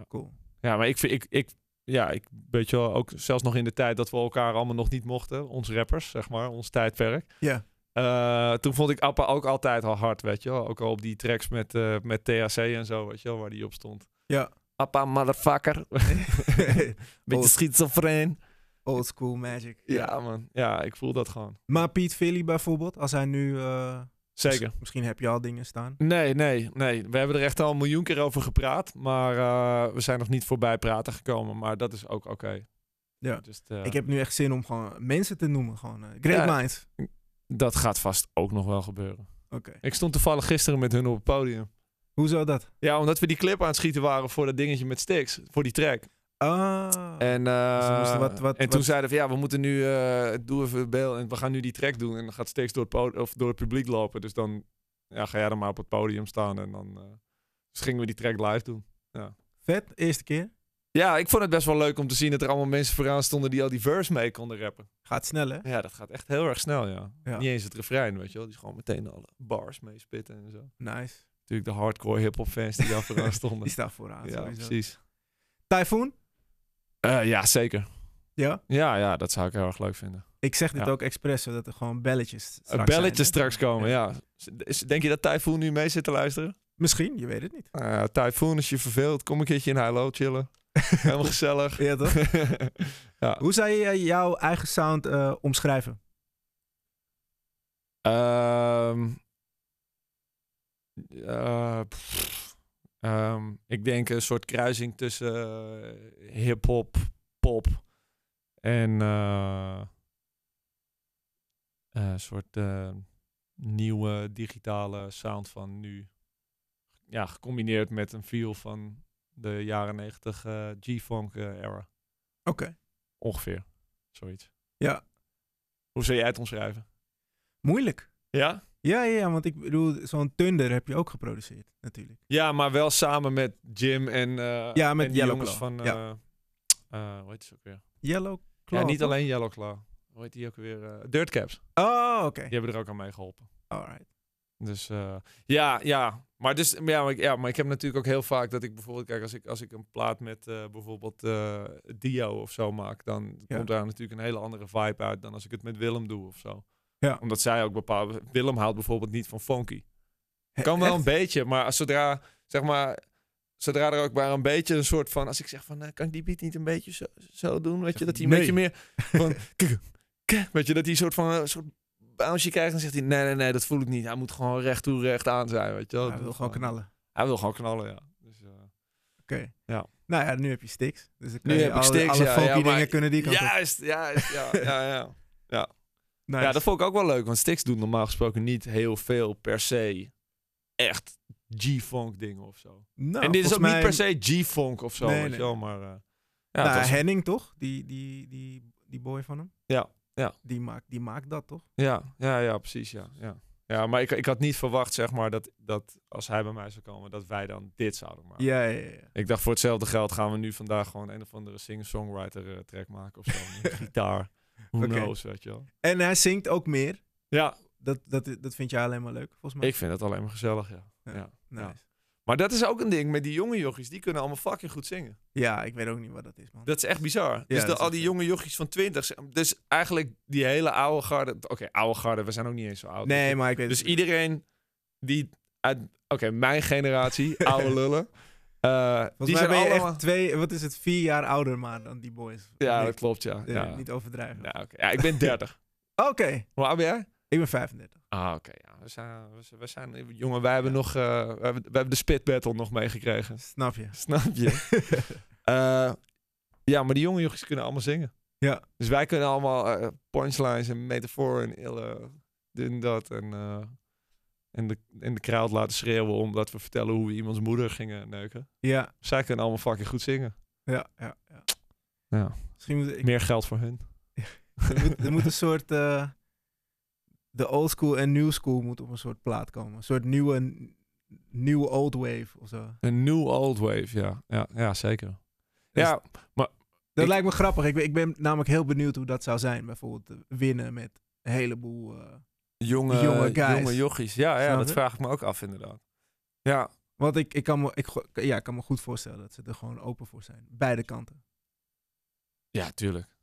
S3: Cool.
S2: ja maar ik vind, ik, ik, ja, ik weet je wel, ook zelfs nog in de tijd dat we elkaar allemaal nog niet mochten, ons rappers, zeg maar, ons tijdperk.
S3: Ja.
S2: Eh, toen vond ik Appa ook altijd al hard, weet je wel. Ook al op die tracks met, eh, met THC en zo, weet je wel, waar die op stond.
S3: Ja.
S2: Appa, motherfucker. Beetje
S3: Oh.
S2: schizofreen.
S3: (laughs) Old school magic.
S2: Ja, man. Ja, ik voel dat gewoon.
S3: Maar Piet Philly bijvoorbeeld, als hij nu... eh,
S2: Zeker.
S3: mis- Misschien heb je al dingen staan.
S2: Nee, nee, nee. We hebben er echt al een miljoen keer over gepraat. Maar eh, we zijn nog niet voorbij praten gekomen. Maar dat is ook oké.
S3: Ja.
S2: Dus, eh,
S3: Ik heb nu echt zin om gewoon mensen te noemen. Gewoon, eh, great
S2: Ja.
S3: minds.
S2: Dat gaat vast ook nog wel gebeuren.
S3: Oké.
S2: Ik stond toevallig gisteren met hun op het podium.
S3: Hoezo dat?
S2: Ja, omdat we die clip aan het schieten waren voor dat dingetje met Sticks. Voor die track.
S3: Ah.
S2: En, eh,
S3: Dus we moesten wat- wat-
S2: en toen
S3: wat-
S2: zeiden we, ja, we moeten nu, eh, doe even bel en we gaan nu die track doen. En dan gaat Stix door het, po- of door het publiek lopen. Dus dan ja, ga jij dan maar op het podium staan. En dan eh, dus gingen we die track live doen.
S3: Vet, eerste keer.
S2: Ja, ik vond het best wel leuk om te zien dat er allemaal mensen vooraan stonden die al die verse mee konden rappen.
S3: Gaat snel, hè?
S2: Ja, dat gaat echt heel erg snel, ja.
S3: Ja.
S2: Niet eens het refrein, weet je wel. Die is gewoon meteen alle bars meespitten en zo.
S3: Nice.
S2: Natuurlijk de hardcore hip-hop fans die daar
S3: (laughs)
S2: vooraan stonden.
S3: Die staat vooraan.
S2: ja,
S3: sowieso.
S2: precies.
S3: Typhoon?
S2: Eh, ja, zeker.
S3: Ja.
S2: Ja, ja, dat zou ik heel erg leuk vinden.
S3: Ik zeg dit
S2: Ja.
S3: ook expres, zodat er gewoon belletjes straks
S2: Een belletje
S3: zijn, hè?
S2: straks komen, ja. Is- Denk je dat Typhoon nu mee zit te luisteren?
S3: Misschien, je weet het niet.
S2: Eh Typhoon, als je verveelt, kom een keertje in Hilo chillen. (laughs) Helemaal (laughs) gezellig.
S3: Ja, toch?
S2: ja.
S3: (laughs) Hoe zou je eh, jouw eigen sound eh, omschrijven?
S2: Ehm, eh, pff, Ehm, ik denk een soort kruising tussen eh, hip-hop, pop en eh, een soort eh, nieuwe digitale sound van nu. Ja, gecombineerd met een feel van de jaren 90 eh, G-funk eh, era.
S3: Oké.
S2: Ongeveer. Zoiets.
S3: Ja.
S2: Hoe zou jij het omschrijven?
S3: Moeilijk.
S2: Ja?
S3: Ja, ja, ja, want ik bedoel, zo'n Thunder heb je ook geproduceerd, natuurlijk.
S2: Ja, maar wel samen met Jim en, eh,
S3: Ja, met
S2: en die
S3: Yellow
S2: jongens
S3: Claw.
S2: van... eh
S3: Ja.
S2: eh, hoe heet ze ook weer?
S3: Yellow Claw.
S2: ja, niet
S3: toch?
S2: alleen Yellow Claw. Hoe heet die ook weer? eh Dirtcaps.
S3: Oh, oké.
S2: Die hebben er ook aan mee geholpen.
S3: Alright.
S2: Dus eh, ja, ja. Maar, dus, ja, maar, ik- ja, maar ik heb natuurlijk ook heel vaak dat ik bijvoorbeeld... Kijk, als ik, als ik een plaat met eh, bijvoorbeeld eh, Dio of zo maak... dan
S3: Ja.
S2: komt daar natuurlijk een hele andere vibe uit... dan als ik het met Willem doe of zo.
S3: Ja.
S2: Omdat zij ook bepaalde... Willem houdt bijvoorbeeld niet van funky.
S3: He-
S2: Kan wel
S3: echt?
S2: een beetje, maar als zodra, zeg maar... Zodra er ook maar een beetje een soort van... Als ik zeg van, eh, kan ik die beat niet een beetje zo, zo doen? Weet je, dat hij een
S3: Nee.
S2: beetje meer van... (laughs) "Kuk, kuk," weet je, dat hij een soort van... Een soort bounce krijgt en zegt hij... Nee, nee, nee, dat voel ik niet. Hij moet gewoon recht toe, recht aan zijn, weet je wel.
S3: Hij wil gewoon knallen. Oké.
S2: Hij wil gewoon knallen, ja. Dus, eh, Ja.
S3: Nou ja, nu heb je sticks. Dus dan kan
S2: Nu
S3: je
S2: heb ik
S3: alle,
S2: Styx,
S3: alle
S2: ja,
S3: funky
S2: ja, maar-
S3: dingen kunnen die kant op.
S2: juist, juist, ja,
S3: (laughs)
S2: ja, ja.
S3: Nice.
S2: Ja, dat vond ik ook wel leuk. Want Stix doet normaal gesproken niet heel veel per se echt G-funk dingen of zo.
S3: Nou,
S2: en dit is
S3: volgens
S2: ook
S3: mij-
S2: niet per se G-funk of zo,
S3: Nee,
S2: weet
S3: nee.
S2: je wel. Maar eh, ja,
S3: Nou,
S2: het was-
S3: Henning toch? Die, die, die, die boy van hem?
S2: Ja, ja.
S3: Die maakt, die maakt dat toch?
S2: ja, ja, ja, precies, ja. ja. Ja, maar ik, ik had niet verwacht, zeg maar, dat, dat als hij bij mij zou komen, dat wij dan dit zouden maken.
S3: Ja, ja, ja.
S2: Ik dacht, voor hetzelfde geld gaan we nu vandaag gewoon een of andere singer-songwriter eh, track maken of zo.
S3: (laughs)
S2: Met gitaar, who
S3: Oké.
S2: knows, weet je wel.
S3: En hij zingt ook meer.
S2: Ja,
S3: Dat, dat, dat vind jij alleen maar leuk, volgens mij. Nou,
S2: ik vind dat alleen maar gezellig, ja.
S3: Ja.
S2: ja.
S3: nice.
S2: Maar dat is ook een ding met die jonge jochies, die kunnen allemaal fucking goed zingen.
S3: Ja, ik weet ook niet wat dat is, man.
S2: Dat is echt bizar. dus
S3: dat
S2: de,
S3: is
S2: al
S3: echt
S2: die
S3: zo.
S2: jonge jochies van 20. zeg- Dus eigenlijk die hele oude garde. Oké, oude garde, we zijn ook niet eens zo oud.
S3: nee, maar ik weet
S2: Dus
S3: het
S2: iedereen die uit. Oké, mijn (laughs) generatie, oude lullen. eh, die
S3: Volgens mij
S2: zijn
S3: ben je
S2: allemaal.
S3: echt twee, wat is het, vier jaar ouder maar dan die boys.
S2: Ja,
S3: Ik-
S2: dat klopt, ja.
S3: eh,
S2: ja.
S3: Niet overdrijven.
S2: Nou, oké. ja ik ben 30. (laughs)
S3: Oké,
S2: Hoe oud ben jij?
S3: ik ben 35.
S2: Ah, oké. ja. we, zijn, we, zijn- we zijn. Jongen, wij hebben nog. eh, we, hebben, we hebben de spit battle nog meegekregen. (laughs)
S3: Snap je?
S2: Snap je? (laughs) Eh, ja, maar die jonge jochies kunnen allemaal zingen.
S3: Ja.
S2: Dus wij kunnen allemaal eh, punchlines en metaforen en ille dit en dat. En, eh, en, de, en de crowd laten schreeuwen omdat we vertellen hoe we iemands moeder gingen neuken.
S3: (laughs) Ja,
S2: Zij kunnen allemaal fucking goed zingen.
S3: ja, ja. ja.
S2: Ja.
S3: Misschien moet ik,
S2: Meer geld voor hun.
S3: er, moet, er moet een soort... eh, de old school en new school moet op een soort plaat komen. Een soort nieuwe, nieuwe old wave of zo.
S2: (laughs) Een new old wave, ja. Ja, ja zeker.
S3: Dus-
S2: Ja,
S3: Dat
S2: Ik-
S3: lijkt me grappig. Ik ben, ik ben namelijk heel benieuwd hoe dat zou zijn. Bijvoorbeeld eh, winnen met een heleboel... eh,
S2: jonge,
S3: jonge guys.
S2: jonge jochies. Ja, ja
S3: Snap
S2: dat
S3: je?
S2: vraag ik me ook af inderdaad. Ja,
S3: want ik, ik, kan me, ik, go- ja, ik kan me goed voorstellen dat ze er gewoon open voor zijn. Beide kanten.
S2: Ja, tuurlijk.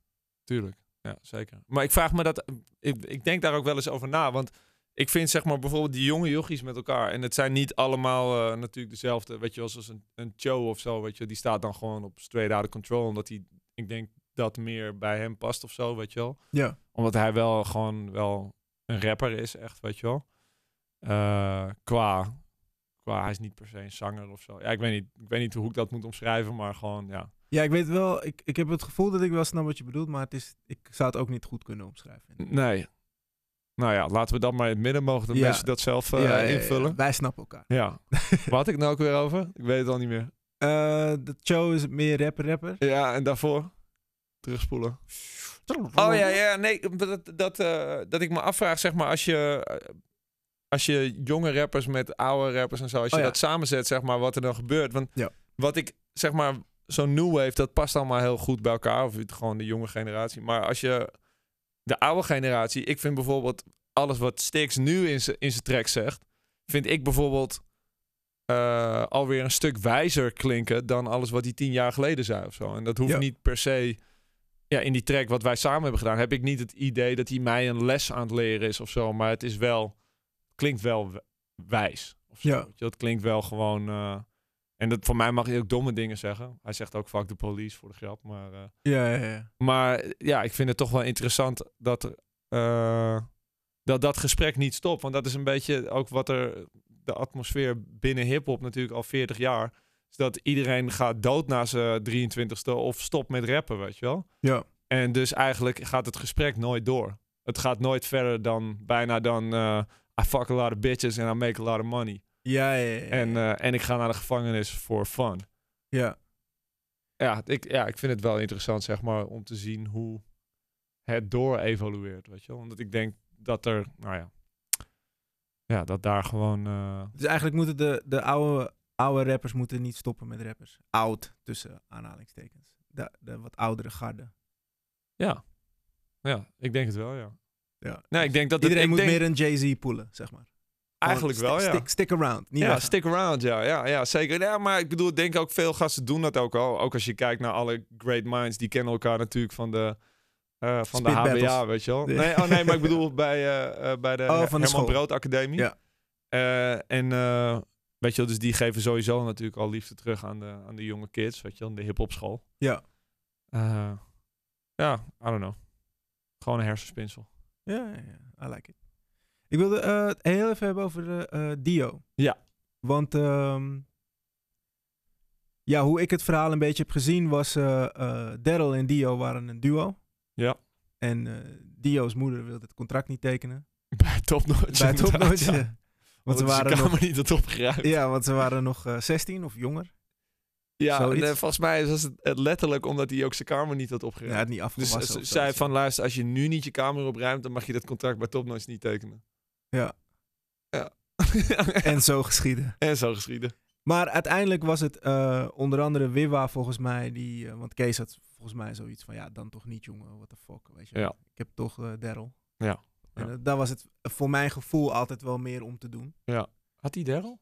S2: Tuurlijk. Ja, zeker. Maar ik vraag me dat. Ik, ik denk daar ook wel eens over na. Want ik vind zeg maar bijvoorbeeld die jonge jochies met elkaar. En het zijn niet allemaal eh, natuurlijk dezelfde. Weet je, wel, zoals een, een Cho of zo. Weet je, die staat dan gewoon op straight out of control. Omdat hij, ik denk dat meer bij hem past of zo. Weet je wel.
S3: Ja.
S2: Omdat hij wel gewoon wel een rapper is, echt, weet je wel. Eh, qua, qua, hij is niet per se een zanger of zo. Ja, ik weet niet, ik weet niet hoe ik dat moet omschrijven, maar gewoon, ja.
S3: Ja, ik weet wel, ik, ik heb het gevoel dat ik wel snap wat je bedoelt, maar het is, ik zou het ook niet goed kunnen omschrijven.
S2: Nee. Nou ja, laten we dat maar in het midden mogen de
S3: Ja.
S2: mensen dat zelf eh,
S3: Ja, ja, ja,
S2: invullen.
S3: wij snappen (laughs) elkaar.
S2: Ja. Waar had ik nou ook weer over? Ik weet het al niet meer.
S3: Eh, De show is meer rapper-rapper.
S2: Ja, en daarvoor terugspoelen. Oh ja, ja, nee, dat, dat, eh, dat ik me afvraag, zeg maar, als je, eh, als je jonge rappers met oude rappers en zo, als je
S3: Oh ja.
S2: dat samenzet, zeg maar, wat er dan gebeurt. Want
S3: Ja.
S2: wat ik, zeg maar, zo'n new wave, dat past allemaal heel goed bij elkaar, of het gewoon de jonge generatie. Maar als je de oude generatie, ik vind bijvoorbeeld alles wat Stix nu in zijn in zijn track zegt, vind ik bijvoorbeeld eh, alweer een stuk wijzer klinken dan alles wat hij tien jaar geleden zei of zo. En dat hoeft
S3: Ja.
S2: niet per se. Ja, in die track wat wij samen hebben gedaan, heb ik niet het idee dat hij mij een les aan het leren is of zo. Maar het is wel, klinkt wel w- wijs. Of zo.
S3: Ja.
S2: Weet je, dat klinkt wel gewoon. eh, en dat, voor mij mag hij ook domme dingen zeggen. Hij zegt ook vaak de police voor de grap. Maar, eh,
S3: Ja, ja, ja.
S2: maar eh, ja, ik vind het toch wel interessant dat, er, eh, dat dat gesprek niet stopt. Want dat is een beetje ook wat er de atmosfeer binnen hip-hop natuurlijk al 40 jaar. Is dat iedereen gaat dood na zijn 23ste of stopt met rappen, weet je wel.
S3: Ja.
S2: En dus eigenlijk gaat het gesprek nooit door. Het gaat nooit verder dan bijna dan eh, I fuck a lot of bitches and I make a lot of money.
S3: Ja, ja, ja.
S2: En, eh, en ik ga naar de gevangenis voor fun.
S3: ja.
S2: Ja ik, ja, ik vind het wel interessant, zeg maar, om te zien hoe het door evolueert, weet je wel. Omdat ik denk dat er, nou ja, ja dat daar gewoon... eh,
S3: Dus eigenlijk moeten de, de oude, oude rappers moeten niet stoppen met rappers. Oud, tussen aanhalingstekens. De, de wat oudere garde.
S2: ja. ja, ik denk het wel, ja.
S3: Ja.
S2: Nee, ik denk dat het-
S3: Iedereen
S2: ik
S3: moet
S2: denk
S3: meer een Jay-Z poelen, zeg maar. Gewoon
S2: eigenlijk wel,
S3: sti-
S2: ja.
S3: Stick, stick around. Niet
S2: Ja,
S3: weggaan.
S2: stick around, ja. ja, ja zeker. Ja, maar ik bedoel, ik denk ook veel gasten doen dat ook al. Ook als je kijkt naar alle great minds, die kennen elkaar natuurlijk van de, eh, van de
S3: Spit
S2: HBA,
S3: battles.
S2: weet je wel.
S3: Ja.
S2: Nee, oh, nee, maar ik bedoel bij, eh, eh, bij
S3: (laughs)
S2: de,
S3: Oh, van de
S2: Herman
S3: school.
S2: Brood Academie.
S3: Ja.
S2: Eh, en eh, weet je wel, dus die geven sowieso natuurlijk al liefde terug aan de, aan de jonge kids, weet je wel, aan de hip-hop school.
S3: Ja.
S2: Eh, ja, I don't know. Gewoon een hersenspinsel. (laughs)
S3: Ja, ja, ja. I like it. Ik wilde eh, het heel even hebben over eh, eh, Dio.
S2: Ja.
S3: Want ehm, ja, hoe ik het verhaal een beetje heb gezien was... eh eh, Daryl en Dio waren een duo.
S2: Ja.
S3: En eh, Dio's moeder wilde het contract niet
S2: (laughs)
S3: tekenen.
S2: Bij topnotch.
S3: Bij Top
S2: inderdaad,
S3: Notch,
S2: ja.
S3: ja. Want
S2: Want
S3: ze
S2: ze
S3: waren
S2: kamer
S3: nog,
S2: niet had opgeruimd.
S3: ja, want ze waren nog eh, 16 of jonger.
S2: Ja,
S3: Zoiets.
S2: en, eh, volgens mij was het het letterlijk omdat hij ook zijn kamer niet had
S3: Ja,
S2: opgeruimd.
S3: het niet
S2: dus
S3: afgewassen.
S2: ze
S3: of zo.
S2: zei van, luister, als je nu niet je kamer opruimt, dan mag je dat contract bij Topnotch niet
S3: (laughs)
S2: tekenen.
S3: Ja.
S2: Ja. en,
S3: En zo geschieden.
S2: zo geschieden.
S3: Maar uiteindelijk was het eh, onder andere Wiwa volgens mij, die, eh, want Kees had volgens mij zoiets van, ja, dan toch niet jongen, what the fuck, weet je.
S2: Ja.
S3: Ik heb toch eh Daryl.
S2: Ja,
S3: En
S2: ja.
S3: eh, daar was het voor mijn gevoel altijd wel meer om te doen.
S2: Had hij Daryl?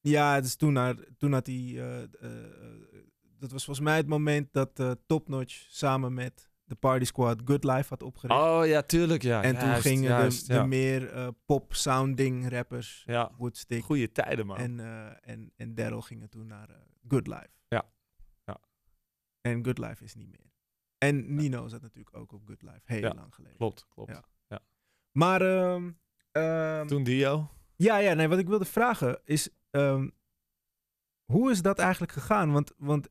S3: Ja, het is toen, naar, toen had hij, eh, eh, dat was volgens mij het moment dat eh Top Notch samen met de Party Squad Good Life had opgericht.
S2: Oh ja, tuurlijk, ja.
S3: en toen
S2: Juist,
S3: gingen
S2: juist,
S3: de, de
S2: ja.
S3: meer eh, pop-sounding rappers,
S2: Ja,
S3: Woodstick
S2: goede tijden, man.
S3: en, eh en, en Daryl gingen toen naar eh, Good Life.
S2: Ja. Ja.
S3: En Good Life is niet meer. En Nino zat natuurlijk ook op Good Life, heel
S2: Ja,
S3: lang geleden.
S2: Klopt, klopt.
S3: Ja. Maar, ehm, ehm,
S2: Toen Dio.
S3: ja, ja, nee, wat ik wilde vragen is, ehm, hoe is dat eigenlijk gegaan? Want, want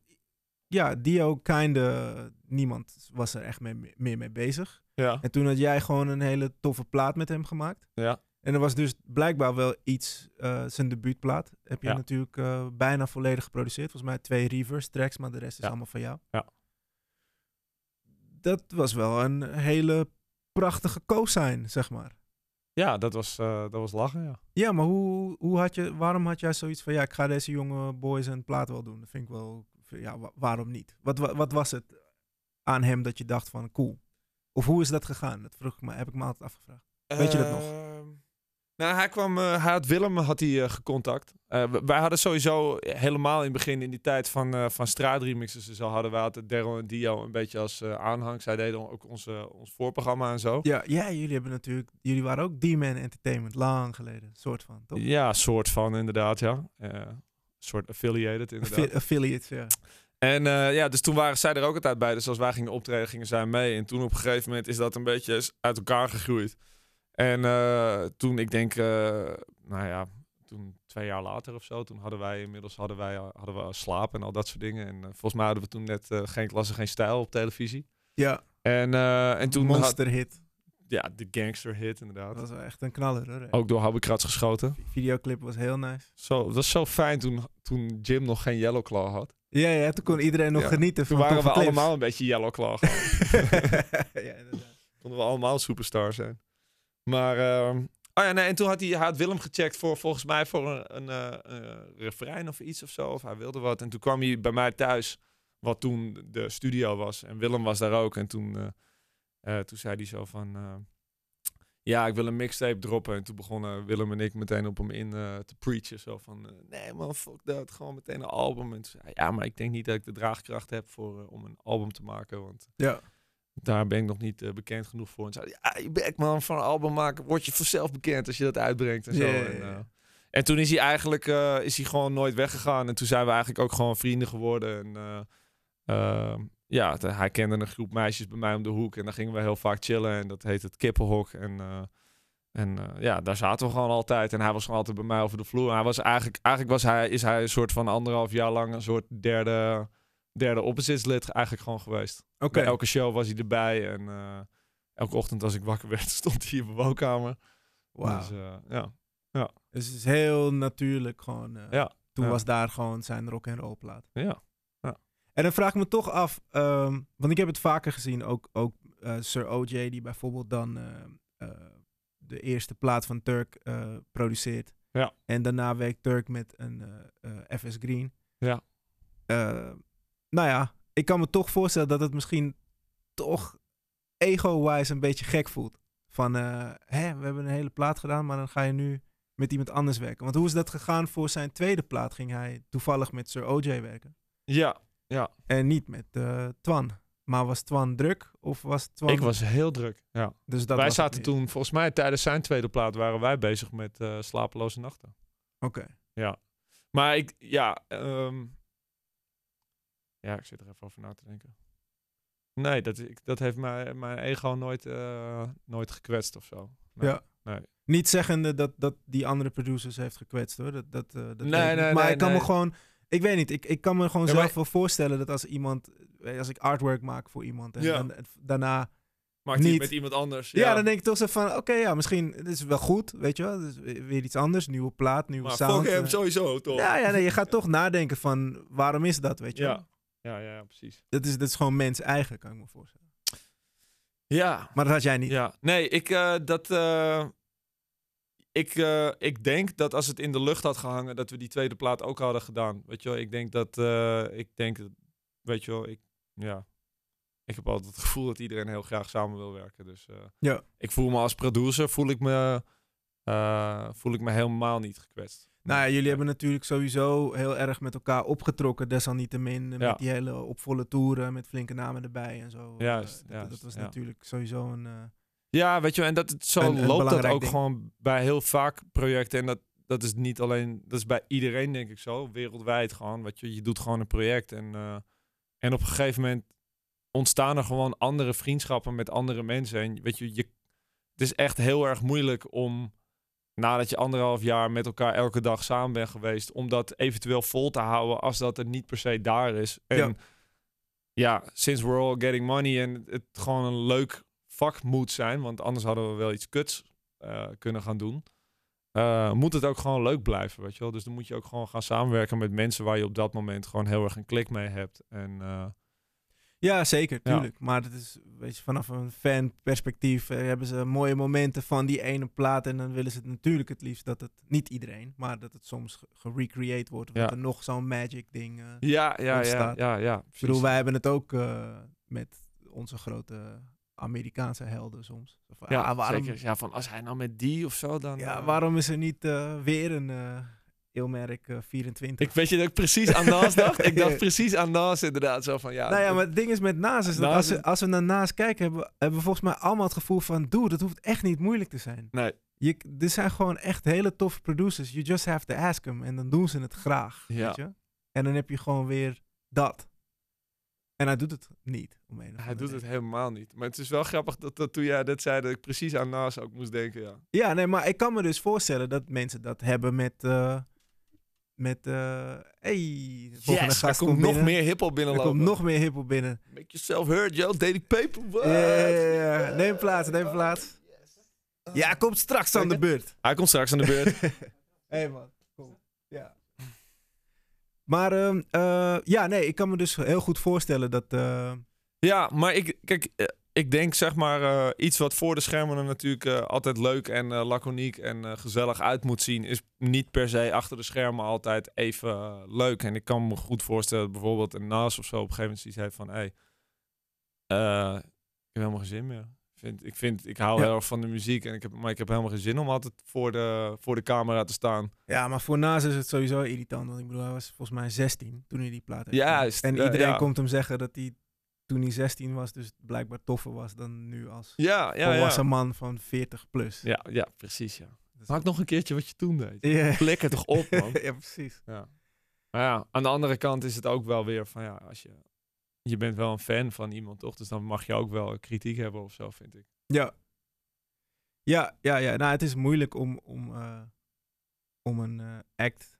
S3: ja, Dio, kinder, niemand was er echt mee, meer mee bezig.
S2: Ja,
S3: En toen had jij gewoon een hele toffe plaat met hem gemaakt.
S2: ja.
S3: En er was dus blijkbaar wel iets, eh, zijn debuutplaat. Heb je
S2: Ja.
S3: natuurlijk eh, bijna volledig geproduceerd. Volgens mij twee reverse tracks, maar de rest is
S2: Ja.
S3: allemaal van jou.
S2: Ja.
S3: Dat was wel een hele prachtige co-sign, zeg maar.
S2: Ja, dat was, eh, dat was lachen, ja.
S3: Ja, maar hoe, hoe had je, waarom had jij zoiets van, ja, ik ga deze jonge boys een plaat wel doen? Dat vind ik wel, ja, wa- waarom niet? Wat, wa- wat was het aan hem dat je dacht van, cool? Of hoe is dat gegaan? Dat vroeg ik me, heb ik me altijd afgevraagd. Weet je dat nog?
S2: Ehm, Nou, hij kwam, eh, hij had Willem had hij, eh, gecontact. Eh, w- wij hadden sowieso helemaal in het begin, in die tijd van, eh van straatremixes en zo, hadden we altijd Daryl en Dio een beetje als eh, aanhang. Zij deden ook onze, ons voorprogramma en zo.
S3: Ja, ja, jullie hebben natuurlijk, jullie waren ook D-Man Entertainment lang geleden, soort van, toch?
S2: Ja, soort van inderdaad, ja. Eh, soort affiliated inderdaad.
S3: Affi- affiliates, ja.
S2: En eh, ja, dus toen waren zij er ook altijd bij. Dus als wij gingen optreden, gingen zij mee. En toen op een gegeven moment is dat een beetje eens uit elkaar gegroeid. En eh, toen, ik denk, eh, nou ja, toen twee jaar later of zo, toen hadden wij inmiddels hadden wij, al- hadden we al slaap en al dat soort dingen. En eh, volgens mij hadden we toen net eh, geen klasse, geen stijl op televisie.
S3: Ja,
S2: En, eh, en toen had,
S3: Monster Hit.
S2: ja, de gangster hit inderdaad.
S3: Dat was wel echt een knaller, hoor.
S2: Ook door Habbe Krats geschoten.
S3: Die videoclip was heel nice.
S2: Zo, dat was zo fijn toen, toen Jim nog geen Yellow Claw had.
S3: Ja, ja, toen kon iedereen nog
S2: Ja.
S3: genieten
S2: Toen
S3: van
S2: waren we
S3: toffe
S2: allemaal een beetje Yellow Claw.
S3: clips. (laughs) ja, inderdaad.
S2: konden we allemaal superstar zijn. Maar, ehm, oh ja, nee, en toen had hij, hij had Willem gecheckt voor, volgens mij, voor een, een, eh, eh, refrein of iets of zo. Of hij wilde wat. En toen kwam hij bij mij thuis, wat toen de studio was. En Willem was daar ook. En toen, eh, eh, toen zei hij zo van, eh, ja, ik wil een mixtape droppen. En toen begonnen Willem en ik meteen op hem in eh, te preachen. Zo van, eh, nee man, fuck dat, gewoon meteen een album. En toen zei hij, ja, maar ik denk niet dat ik de draagkracht heb voor, eh, om een album te maken, want...
S3: Ja.
S2: Daar ben ik nog niet eh, bekend genoeg voor. En zei, ja, je bek man, van een album maken word je vanzelf bekend als je dat uitbrengt en zo.
S3: Ja, ja, ja.
S2: En, eh, en toen is hij eigenlijk eh, is hij gewoon nooit weggegaan. En toen zijn we eigenlijk ook gewoon vrienden geworden. En, eh, ehm, ja, de- hij kende een groep meisjes bij mij om de hoek. En dan gingen we heel vaak chillen. En dat heet het Kippenhok. En eh, En eh, ja, daar zaten we gewoon altijd. En hij was gewoon altijd bij mij over de vloer. Hij was eigenlijk, eigenlijk was hij, is hij een soort van anderhalf jaar lang een soort derde, derde oppositeslid eigenlijk gewoon geweest.
S3: Oké.
S2: Bij elke show was hij erbij. En eh, elke ochtend als ik wakker werd, (laughs) stond hij in mijn woonkamer.
S3: Wauw.
S2: Dus, eh, ja.
S3: Dus het is heel natuurlijk gewoon. eh,
S2: Ja,
S3: Toen
S2: ja.
S3: was daar gewoon zijn rock en roll plaat.
S2: ja.
S3: En dan vraag ik me toch af, ehm, want ik heb het vaker gezien, ook, ook eh, Sir OJ, die bijvoorbeeld dan ehm, eh, de eerste plaat van Turk eh, produceert.
S2: Ja.
S3: En daarna werkt Turk met een eh, eh, FS Green.
S2: Ja.
S3: Eh, nou ja, ik kan me toch voorstellen dat het misschien toch ego-wise een beetje gek voelt. Van, eh, hè, we hebben een hele plaat gedaan, maar dan ga je nu met iemand anders werken. Want hoe is dat gegaan voor zijn tweede plaat? Ging hij toevallig met Sir OJ werken?
S2: ja.
S3: En niet met eh, Twan. Maar was Twan druk? Of was Twan...
S2: ik was heel druk. Ja.
S3: Dus dat was
S2: wij
S3: het
S2: zaten
S3: niet.
S2: toen, volgens mij tijdens zijn tweede plaat, waren wij bezig met eh, slapeloze nachten.
S3: Oké.
S2: Maar ik, ja, ehm, ja, ik zit er even over na te denken. Nee, dat, ik, dat heeft mijn, mijn ego nooit, eh, nooit gekwetst of zo. Nee.
S3: Ja.
S2: Nee.
S3: Niet zeggende dat, dat die andere producers heeft gekwetst hoor. Dat, dat, eh, dat
S2: Nee,
S3: weet ik niet.
S2: nee,
S3: Maar
S2: nee,
S3: ik kan
S2: nee.
S3: me gewoon... Ik weet niet. Ik, ik kan me gewoon
S2: Ja,
S3: zelf
S2: maar-
S3: wel voorstellen dat als iemand... eh, Als ik artwork maak voor iemand en
S2: Ja.
S3: dan, het- daarna...
S2: Maakt hij
S3: Niet.
S2: het met iemand anders?
S3: Ja. dan denk ik toch zo van... Oké, ja, misschien het is wel goed. Weet je wel? Het is weer iets anders. Nieuwe plaat, nieuwe
S2: maar
S3: sound.
S2: fuck hem
S3: eh.
S2: sowieso, toch?
S3: ja, ja nee, je gaat toch nadenken van... Waarom is dat, weet je wel?
S2: ja. Ja, ja, ja, precies.
S3: Dat, is, dat is gewoon mens eigen, kan ik me voorstellen.
S2: Ja,
S3: Maar dat had jij niet.
S2: Ja, nee, ik, eh, dat, eh, ik, eh, ik denk dat als het in de lucht had gehangen, dat we die tweede plaat ook hadden gedaan. Weet je wel, ik denk dat, eh, ik denk, dat- weet je wel, ik, ja. Ik heb altijd het gevoel dat iedereen heel graag samen wil werken. Dus eh,
S3: Ja.
S2: ik voel me als producer, voel ik me, eh, voel ik me helemaal niet gekwetst.
S3: Nou ja, jullie hebben natuurlijk sowieso heel erg met elkaar opgetrokken, desalniettemin. eh,
S2: Ja.
S3: Met die hele opvolle toeren, met flinke namen erbij en zo. Eh,
S2: Juist,
S3: dat-
S2: juist,
S3: dat was
S2: ja.
S3: natuurlijk sowieso een... eh,
S2: Ja, weet je, wel, en dat, zo
S3: Een- een
S2: loopt dat
S3: belangrijk
S2: ook
S3: ding.
S2: gewoon bij heel vaak projecten. En dat, dat is niet alleen, dat is bij iedereen denk ik zo, wereldwijd gewoon. Weet je, je doet gewoon een project en, eh, en op een gegeven moment ontstaan er gewoon andere vriendschappen met andere mensen. En weet je, je, het is echt heel erg moeilijk om nadat je anderhalf jaar met elkaar elke dag samen bent geweest, om dat eventueel vol te houden als dat er niet per se daar is. En
S3: Ja.
S2: ja, since we're all getting money en het gewoon een leuk vak moet zijn, want anders hadden we wel iets kuts eh, kunnen gaan doen. eh, moet het ook gewoon leuk blijven, weet je wel. Dus dan moet je ook gewoon gaan samenwerken met mensen waar je op dat moment gewoon heel erg een klik mee hebt. En eh,
S3: Ja, zeker,
S2: Ja.
S3: tuurlijk. Maar dat is, weet je, vanaf een fanperspectief eh, hebben ze mooie momenten van die ene plaat. En dan willen ze het natuurlijk het liefst dat het, niet iedereen, maar dat het soms ge- gerecreate wordt. Of
S2: Ja.
S3: dat er nog zo'n magic ding... eh,
S2: Ja, ja, ja,
S3: ontstaat.
S2: ja, ja.
S3: Ik bedoel, wij hebben het ook eh, met onze grote Amerikaanse helden soms. Zo van,
S2: ja,
S3: ah, waarom,
S2: zeker. Ja, van als hij nou met die of zo dan.
S3: Ja,
S2: eh,
S3: waarom is er niet eh, weer een eh Ilmerk eh, 24?
S2: Ik weet je dat ik precies aan (laughs) Nas dacht. Ik dacht precies aan Nas inderdaad zo van ja.
S3: nou ja,
S2: dat-
S3: maar het ding is met Naas, is dat
S2: Naas
S3: als,
S2: is-
S3: we, als we naar Naas kijken, hebben, we- hebben we volgens mij allemaal het gevoel van, dude, dat hoeft echt niet moeilijk te zijn.
S2: Nee.
S3: Je, er zijn gewoon echt hele toffe producers. You just have to ask them. En dan doen ze het graag.
S2: Ja.
S3: Weet je? En dan heb je gewoon weer dat. En hij doet het niet. Om een of
S2: Hij
S3: andere
S2: doet het
S3: reden.
S2: helemaal niet. Maar het is wel grappig dat, dat toen jij dat zei dat ik precies aan Nas ook moest denken. Ja.
S3: Ja, nee, maar ik kan me dus voorstellen dat mensen dat hebben met... eh, met, eh hey, de volgende
S2: Yes, er
S3: gast
S2: komt
S3: komt
S2: nog
S3: binnen.
S2: meer hiphop
S3: Er
S2: binnenlopen.
S3: komt nog meer hiphop binnen.
S2: Make yourself heard, yo. Daily paper. what?
S3: Ja, ja,
S2: Eh.
S3: ja, ja. Neem plaats, neem plaats. Ja, komt straks aan de beurt.
S2: Hij komt straks aan de
S3: (laughs)
S2: beurt.
S3: Hé hey man, kom. Ja. Maar ehm, eh, ja, nee, ik kan me dus heel goed voorstellen dat... eh,
S2: (laughs) Ja, maar ik, kijk, eh, ik denk zeg maar eh, iets wat voor de schermen er natuurlijk eh, altijd leuk en eh, laconiek en eh, gezellig uit moet zien, is niet per se achter de schermen altijd even eh, leuk. En ik kan me goed voorstellen dat bijvoorbeeld een Nas of zo op een gegeven moment zoiets heeft van, hé, hey, eh, ik heb helemaal geen zin meer. Ik Vind, ik, vind, ik hou
S3: Ja.
S2: heel erg van de muziek, en ik heb, maar ik heb helemaal geen zin om altijd voor de, voor de camera te staan.
S3: ja, maar voor Nas is het sowieso irritant. Want ik bedoel, hij was volgens mij 16 toen hij die plaat heeft gemaakt.
S2: Juist,
S3: En
S2: ja,
S3: iedereen
S2: ja.
S3: komt hem zeggen dat hij toen hij 16 was, dus blijkbaar toffer was dan nu als
S2: Ja, ja,
S3: volwassen
S2: ja.
S3: man van 40 plus.
S2: Ja, ja, precies, ja.
S3: Dus-
S2: Maak nog een keertje wat je toen deed.
S3: (laughs) Ja.
S2: Flik het toch
S3: (laughs)
S2: op, man.
S3: ja, precies.
S2: Ja. Maar ja, aan de andere kant is het ook wel weer van ja, als je, je bent wel een fan van iemand, toch? Dus dan mag je ook wel kritiek hebben of zo, vind ik.
S3: Ja. Ja, ja, ja. Nou, het is moeilijk om, om, eh, om een eh, act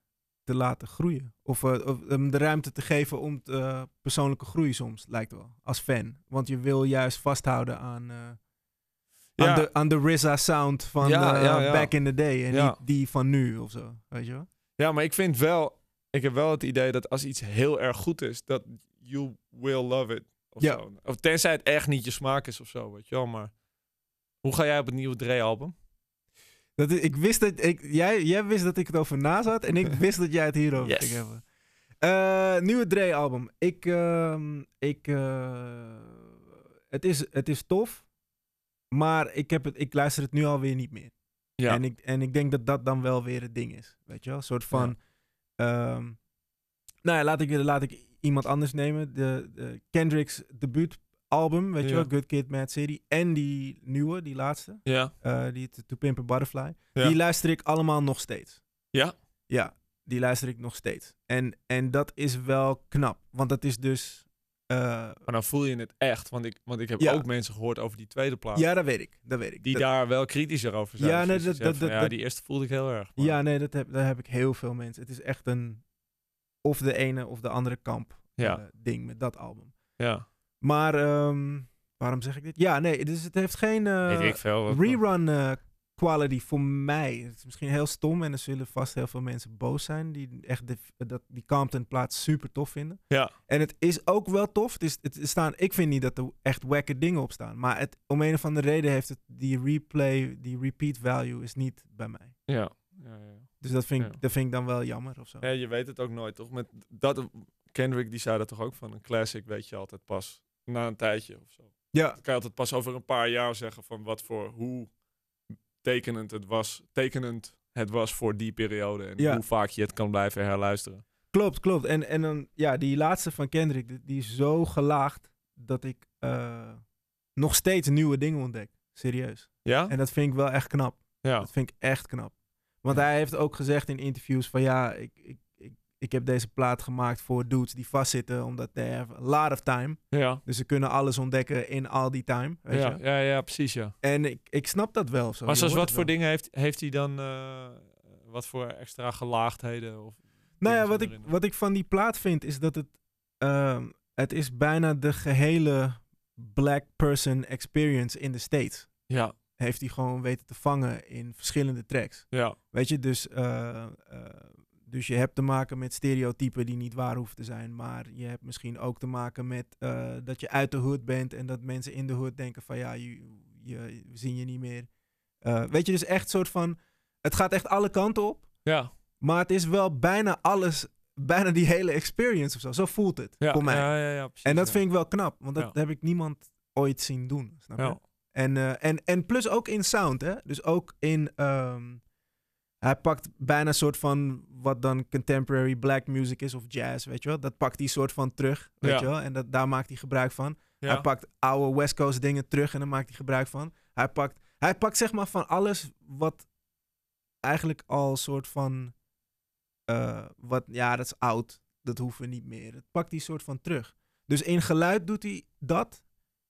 S3: te laten groeien. Of, eh, of hem de ruimte te geven om te, eh, persoonlijke groei soms, lijkt wel, als fan. Want je wil juist vasthouden aan, eh,
S2: Ja,
S3: aan, de, aan de RZA sound van
S2: Ja,
S3: eh,
S2: ja, ja.
S3: back in the day. En
S2: Ja.
S3: niet die van nu of zo, weet je wel?
S2: ja, maar ik vind wel... Ik heb wel het idee dat als iets heel erg goed is, dat you will love it. Of
S3: Ja.
S2: zo. Of tenzij het echt niet je smaak is of zo, weet je wel. Maar hoe ga jij op het nieuwe Dre-album?
S3: Dat i- ik wist dat ik, jij, jij wist dat ik het over na zat en
S2: (laughs)
S3: ik wist dat jij het hierover
S2: Yes.
S3: ging hebben. Eh, nieuwe Dre album. Ik, ehm, ik, eh, het, is, het is tof, maar ik, heb het, ik luister het nu alweer niet meer.
S2: Ja.
S3: En, ik, en ik denk dat dat dan wel weer het ding is. Weet je wel? Een soort van. ehm, nou ja, laat ik, laat ik iemand anders nemen. De, de Kendrick's debuutalbum, weet je
S2: Ja.
S3: wel? Good Kid, Mad City. En die nieuwe, die laatste.
S2: ja.
S3: eh, die To- To Pimp a Butterfly.
S2: Ja.
S3: Die luister ik allemaal nog steeds.
S2: Ja?
S3: Ja, die luister ik nog steeds. En, en dat is wel knap. Want dat is dus... eh,
S2: Maar dan voel je het echt. Want ik, want ik heb
S3: Ja.
S2: ook mensen gehoord over die tweede plaat.
S3: ja, dat weet ik. Dat weet ik.
S2: Die
S3: Dat-
S2: daar wel kritischer over zijn.
S3: Ja,
S2: Dus
S3: nee,
S2: die
S3: dat-
S2: zeggen
S3: dat-
S2: van,
S3: dat-
S2: ja,
S3: dat-
S2: die eerste voelde ik heel erg. maar-
S3: Ja, nee, dat heb, daar heb ik heel veel mensen. Het is echt een... Of de ene of de andere kamp
S2: Ja.
S3: eh, ding met dat album.
S2: ja.
S3: Maar ehm, waarom zeg ik dit? Ja, nee, dus het heeft geen eh,
S2: Weet ik veel. wat-
S3: rerun eh, quality voor mij. Het is misschien heel stom en er zullen vast heel veel mensen boos zijn die echt de, dat, die Compton plaats super tof vinden.
S2: Ja.
S3: En het is ook wel tof. Het is, het is staan, ik vind niet dat er echt wekke dingen op staan. Maar het, om een of andere reden heeft het die replay, die repeat value is niet bij mij.
S2: Ja. Ja, ja.
S3: Dus dat vind, ik,
S2: Ja.
S3: dat vind ik dan wel jammer of zo.
S2: Ja, je weet het ook nooit, toch? Met dat, Kendrick die zei dat toch ook van een classic weet je altijd pas na een tijdje of zo.
S3: Ja,
S2: Dan kan je altijd pas over een paar jaar zeggen van wat voor hoe tekenend het was, tekenend het was voor die periode en
S3: Ja.
S2: hoe vaak je het kan blijven herluisteren.
S3: klopt, klopt. En, en dan, ja, die laatste van Kendrick, die, die is zo gelaagd dat ik eh, nog steeds nieuwe dingen ontdek. Serieus.
S2: Ja?
S3: En dat vind ik wel echt knap.
S2: Ja.
S3: Dat vind ik echt knap. Want
S2: Oh. Ja.
S3: hij heeft ook gezegd in interviews van ja, ik, ik, ik, ik heb deze plaat gemaakt voor dudes die vastzitten, omdat they have a lot of time.
S2: Ja.
S3: Dus ze kunnen alles ontdekken in al die time. Weet
S2: Ja,
S3: je?
S2: ja, ja, precies ja.
S3: En ik, ik snap dat wel. Zo.
S2: maar
S3: Je
S2: zoals
S3: hoort
S2: wat
S3: het
S2: voor
S3: wel.
S2: dingen heeft, heeft hij dan, eh, wat voor extra gelaagdheden? Of,
S3: Nou ja,
S2: dingen
S3: wat
S2: zijn
S3: ik,
S2: erin?
S3: wat ik van die plaat vind is dat het, ehm, het is bijna de gehele black person experience in de States.
S2: ja,
S3: Heeft hij gewoon weten te vangen in verschillende tracks.
S2: ja,
S3: Weet je, dus, eh, eh, dus je hebt te maken met stereotypen die niet waar hoeven te zijn. Maar je hebt misschien ook te maken met eh, dat je uit de hood bent en dat mensen in de hood denken van ja, je, je, we zien je niet meer. Eh, weet je, dus echt soort van, het gaat echt alle kanten op.
S2: ja.
S3: Maar het is wel bijna alles, bijna die hele experience of zo. Zo voelt het
S2: ja
S3: voor mij.
S2: Ja, ja, ja, precies,
S3: en dat
S2: ja.
S3: vind ik wel knap, want dat
S2: Ja.
S3: heb ik niemand ooit zien doen. Snap je?
S2: Ja.
S3: En, eh, en, en plus ook in sound, hè? Dus ook in. ehm, hij pakt bijna een soort van wat dan contemporary black music is of jazz, weet je wel. Dat pakt hij soort van terug, weet
S2: Ja.
S3: je wel. En dat, daar maakt hij gebruik van.
S2: Ja.
S3: Hij pakt oude West Coast dingen terug en daar maakt hij gebruik van. Hij pakt, hij pakt zeg maar van alles wat eigenlijk al soort van... eh, wat, ja, dat is oud, dat hoeven we niet meer. Dat pakt hij soort van terug. Dus in geluid doet hij dat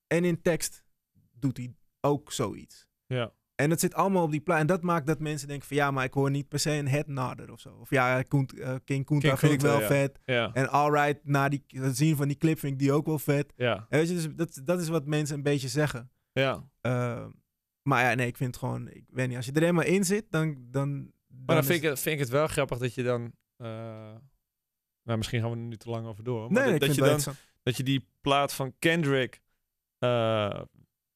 S3: en in tekst doet hij ook zoiets.
S2: ja.
S3: En dat zit allemaal op die plaat. En dat maakt dat mensen denken van ja, maar ik hoor niet per se een headnader of zo. Of ja, Koent- eh, King Kunta
S2: King
S3: vind ik
S2: Kunta,
S3: wel
S2: ja.
S3: vet.
S2: Ja,
S3: En Alright, na die, het zien van die clip vind ik die ook wel vet.
S2: ja,
S3: En weet je, dus dat, dat is wat mensen een beetje zeggen.
S2: ja.
S3: Eh, maar ja, nee, ik vind het gewoon, ik weet niet, als je er helemaal in zit, dan... dan,
S2: Maar dan
S3: is-
S2: vind ik, het- vind ik het wel grappig dat je dan... eh, nou, misschien gaan we er nu te lang over door. Maar
S3: Nee,
S2: dat,
S3: ik
S2: dat,
S3: vind
S2: je
S3: het wel
S2: dan,
S3: interessant.
S2: dat je die plaat van Kendrick... eh,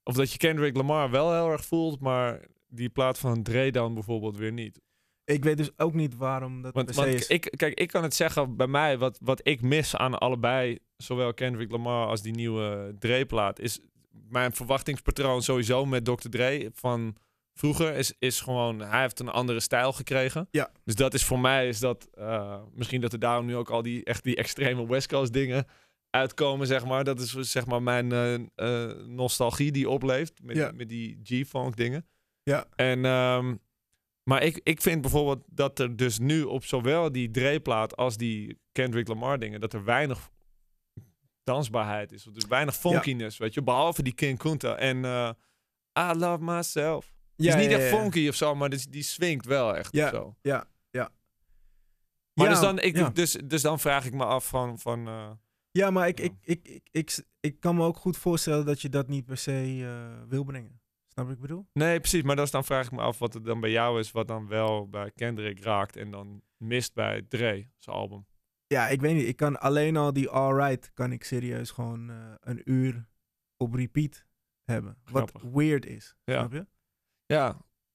S2: of dat je Kendrick Lamar wel heel erg voelt, maar die plaat van Dre dan bijvoorbeeld weer niet.
S3: Ik weet dus ook niet waarom dat per
S2: Want,
S3: se
S2: want
S3: is.
S2: ik, kijk, ik kan het zeggen bij mij, wat, wat ik mis aan allebei, zowel Kendrick Lamar als die nieuwe Dre-plaat, is mijn verwachtingspatroon sowieso met Dr. Dre van vroeger is, is gewoon, hij heeft een andere stijl gekregen.
S3: Ja.
S2: Dus dat is voor mij, is dat eh, misschien dat er daarom nu ook al die, echt die extreme West Coast dingen uitkomen, zeg maar. Dat is zeg maar mijn eh, eh, nostalgie die opleeft met,
S3: Ja.
S2: met die G-funk dingen.
S3: Ja.
S2: En ehm, maar ik, ik vind bijvoorbeeld dat er dus nu op zowel die Dre-plaat als die Kendrick Lamar dingen, dat er weinig dansbaarheid is. Dus weinig funkiness, weet je. Behalve die King Kunta en eh, I Love Myself. Die
S3: Ja,
S2: is niet
S3: ja,
S2: echt
S3: ja, ja.
S2: funky of zo, maar die, die swingt wel echt
S3: Ja.
S2: of zo.
S3: Ja,
S2: Maar dus, dan, ik,
S3: ja.
S2: dus, dus dan vraag ik me af van... van eh,
S3: Ja, maar ik,
S2: Ja.
S3: ik, ik, ik, ik, ik kan me ook goed voorstellen dat je dat niet per se eh, wil brengen. Snap je wat ik bedoel?
S2: nee, precies. Maar dus dan vraag ik me af wat het dan bij jou is... wat dan wel bij Kendrick raakt en dan mist bij Dre, zijn album.
S3: Ja, ik weet niet. Ik kan alleen al die alright kan ik serieus gewoon eh, een uur op repeat hebben.
S2: Grappig.
S3: Wat weird is.
S2: Ja.
S3: Snap je?
S2: Ja.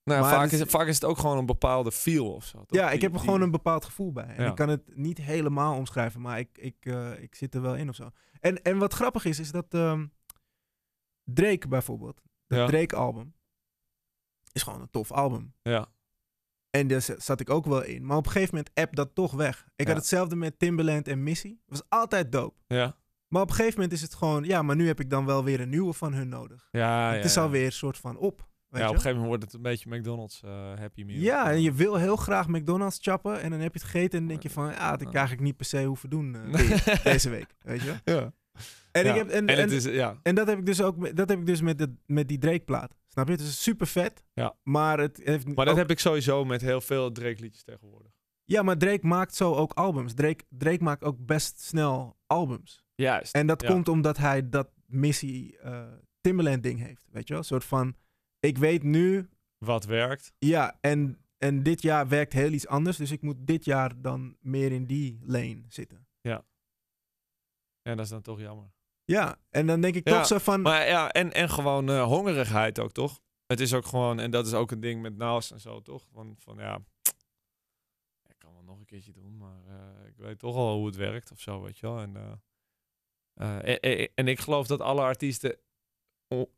S2: Nou, ja,
S3: Maar
S2: vaak,
S3: het
S2: is,
S3: is-
S2: vaak is het ook gewoon een bepaalde feel of zo. toch?
S3: Ja, ik
S2: Die-
S3: heb er
S2: die-
S3: gewoon een bepaald gevoel bij. En
S2: Ja.
S3: ik kan het niet helemaal omschrijven, maar ik, ik, eh, ik zit er wel in of zo. En, en wat grappig is, is dat ehm, Drake bijvoorbeeld, dat
S2: Ja.
S3: Drake-album, is gewoon een tof album.
S2: Ja.
S3: En daar z- zat ik ook wel in. Maar op een gegeven moment app dat toch weg. Ik
S2: Ja.
S3: had hetzelfde met Timbaland en Missy. Was altijd dope.
S2: Ja,
S3: Maar op een gegeven moment is het gewoon, ja, maar nu heb ik dan wel weer een nieuwe van hun nodig.
S2: ja, Ah, ja
S3: het is
S2: ja.
S3: alweer een soort van op. Weet
S2: ja,
S3: je?
S2: op een gegeven moment wordt het een beetje McDonald's eh, Happy Meal.
S3: Ja,
S2: (laughs)
S3: en je wil heel graag McDonald's chappen. En dan heb je het gegeten en dan denk je van... Ja, dat
S2: Ja.
S3: heb ik eigenlijk niet per se hoeven doen
S2: (laughs)
S3: eh, weer deze week. Weet je wel?
S2: Ja.
S3: En,
S2: Ja.
S3: ik heb, en,
S2: En het
S3: en-
S2: is, ja.
S3: en dat heb ik dus ook met- dat heb ik dus met, de, met die Drake-plaat. Snap je? Het is super vet.
S2: Ja.
S3: Maar, het heeft
S2: Maar dat
S3: ook-
S2: heb ik sowieso met heel veel Drake liedjes tegenwoordig.
S3: ja, maar Drake maakt zo ook albums. Drake, Drake maakt ook best snel albums.
S2: Juist.
S3: En dat
S2: Ja.
S3: komt omdat hij dat missie eh Timbaland-ding heeft. Weet je wel? Een soort van... Ik weet nu...
S2: Wat werkt.
S3: Ja, en, en dit jaar werkt heel iets anders. Dus ik moet dit jaar dan meer in die lane zitten.
S2: Ja, dat is dan toch jammer.
S3: Ja, en dan denk ik
S2: Ja,
S3: toch zo van.
S2: Maar ja, en, en gewoon eh, hongerigheid ook, toch? Het is ook gewoon, en dat is ook een ding met Naals en zo, toch? Van, van ja, ik kan wel nog een keertje doen, maar eh, ik weet toch al hoe het werkt of zo, weet je wel. En, eh, eh, eh, eh, en ik geloof dat alle artiesten o-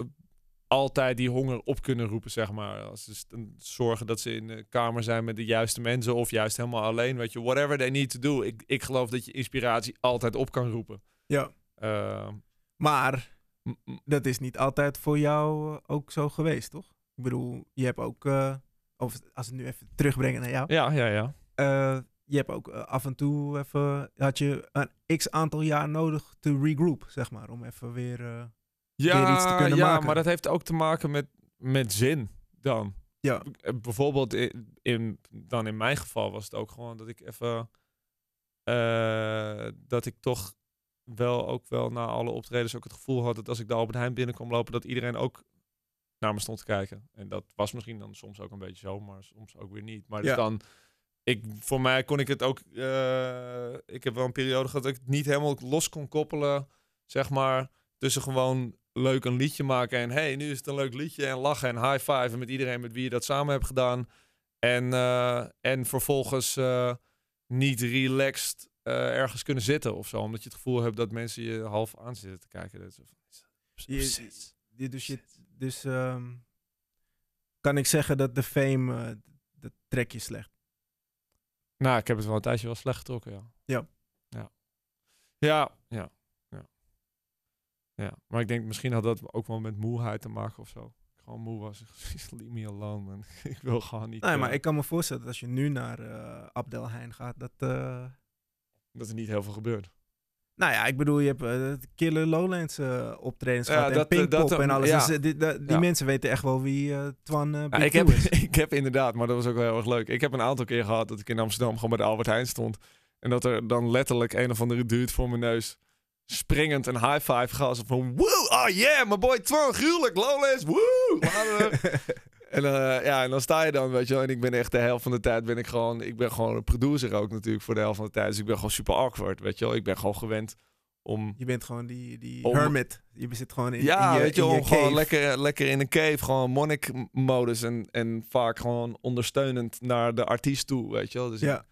S2: altijd die honger op kunnen roepen, zeg maar. Als ze st- zorgen dat ze in de kamer zijn met de juiste mensen of juist helemaal alleen, weet je. Whatever they need to do. Ik, ik geloof dat je inspiratie altijd op kan roepen.
S3: ja.
S2: Eh,
S3: maar
S2: m- m-
S3: dat is niet altijd voor jou eh, ook zo geweest, toch? Ik bedoel, je hebt ook. eh, of als we het nu even terugbrengen naar jou.
S2: ja, ja, ja.
S3: eh, je hebt ook eh, af en toe even. Had je een x aantal jaar nodig te regroup, zeg maar. Om even weer. eh, weer iets te kunnen
S2: ja,
S3: maken.
S2: maar dat heeft ook te maken met, met zin dan.
S3: Ja.
S2: Eh, Bijvoorbeeld in, in- dan in mijn geval was het ook gewoon dat ik even... eh, dat ik toch wel ook wel na alle optredens ook het gevoel had... dat als ik de Albert Heijn binnenkwam lopen, dat iedereen ook naar me stond te kijken. En dat was misschien dan soms ook een beetje zo, maar soms ook weer niet. Maar dus
S3: Ja.
S2: dan... Ik, voor mij kon ik het ook... eh, ik heb wel een periode gehad dat ik het niet helemaal los kon koppelen... zeg maar tussen gewoon leuk een liedje maken en hey, nu is het een leuk liedje en lachen en high five met iedereen met wie je dat samen hebt gedaan. En, eh, en vervolgens eh, niet relaxed eh, ergens kunnen zitten of zo. Omdat je het gevoel hebt dat mensen je half aan zitten te kijken. Dat is
S3: Je- dit- dus je, dus ehm, kan ik zeggen dat de fame. eh, dat trek je slecht.
S2: Nou, ik heb het wel een tijdje wel slecht getrokken, ja.
S3: Ja.
S2: Ja. Ja, ja, ja. Ja, maar ik denk misschien had dat ook wel met moeheid te maken of zo. Ik gewoon moe was. (laughs) Leave me alone, man. (laughs) ik wil gewoon niet...
S3: Nee,
S2: eh,
S3: maar ik kan me voorstellen dat als je nu naar eh Abdelheijn gaat, dat. eh,
S2: Dat er niet heel veel gebeurt.
S3: Nou ja, ik bedoel, je hebt eh, Killer Lowlands eh, optredens
S2: Ja,
S3: gehad en
S2: dat-
S3: Pinkpop
S2: dat-
S3: en alles.
S2: ja.
S3: Dus, eh, dit- dat- die
S2: Ja.
S3: mensen weten echt wel wie eh, Twan eh Big
S2: Nou, ik, heb,
S3: Two
S2: (laughs)
S3: is.
S2: ik heb inderdaad, maar dat was ook wel heel erg leuk. Ik heb een aantal keer gehad dat ik in Amsterdam gewoon bij de Albert Heijn stond. En dat er dan letterlijk een of andere dude voor mijn neus springend een high five gas van woe, oh yeah, my boy Twan, gruwelijk, Lowlands, woe. laten we." en, eh, ja, en dan sta je dan, weet je wel. En ik ben echt de helft van de tijd ben ik gewoon, ik ben gewoon een producer ook natuurlijk voor de helft van de tijd. Dus ik ben gewoon super awkward, weet je wel. Ik ben gewoon gewend om
S3: Je bent gewoon die, die
S2: Om-
S3: hermit. Je zit gewoon in,
S2: ja,
S3: in je,
S2: weet je,
S3: in
S2: wel,
S3: je
S2: gewoon
S3: cave.
S2: lekker, eh, lekker in een cave, gewoon monnik-modus en, en vaak gewoon ondersteunend naar de artiest toe, weet je wel. Dus ik,
S3: Ja,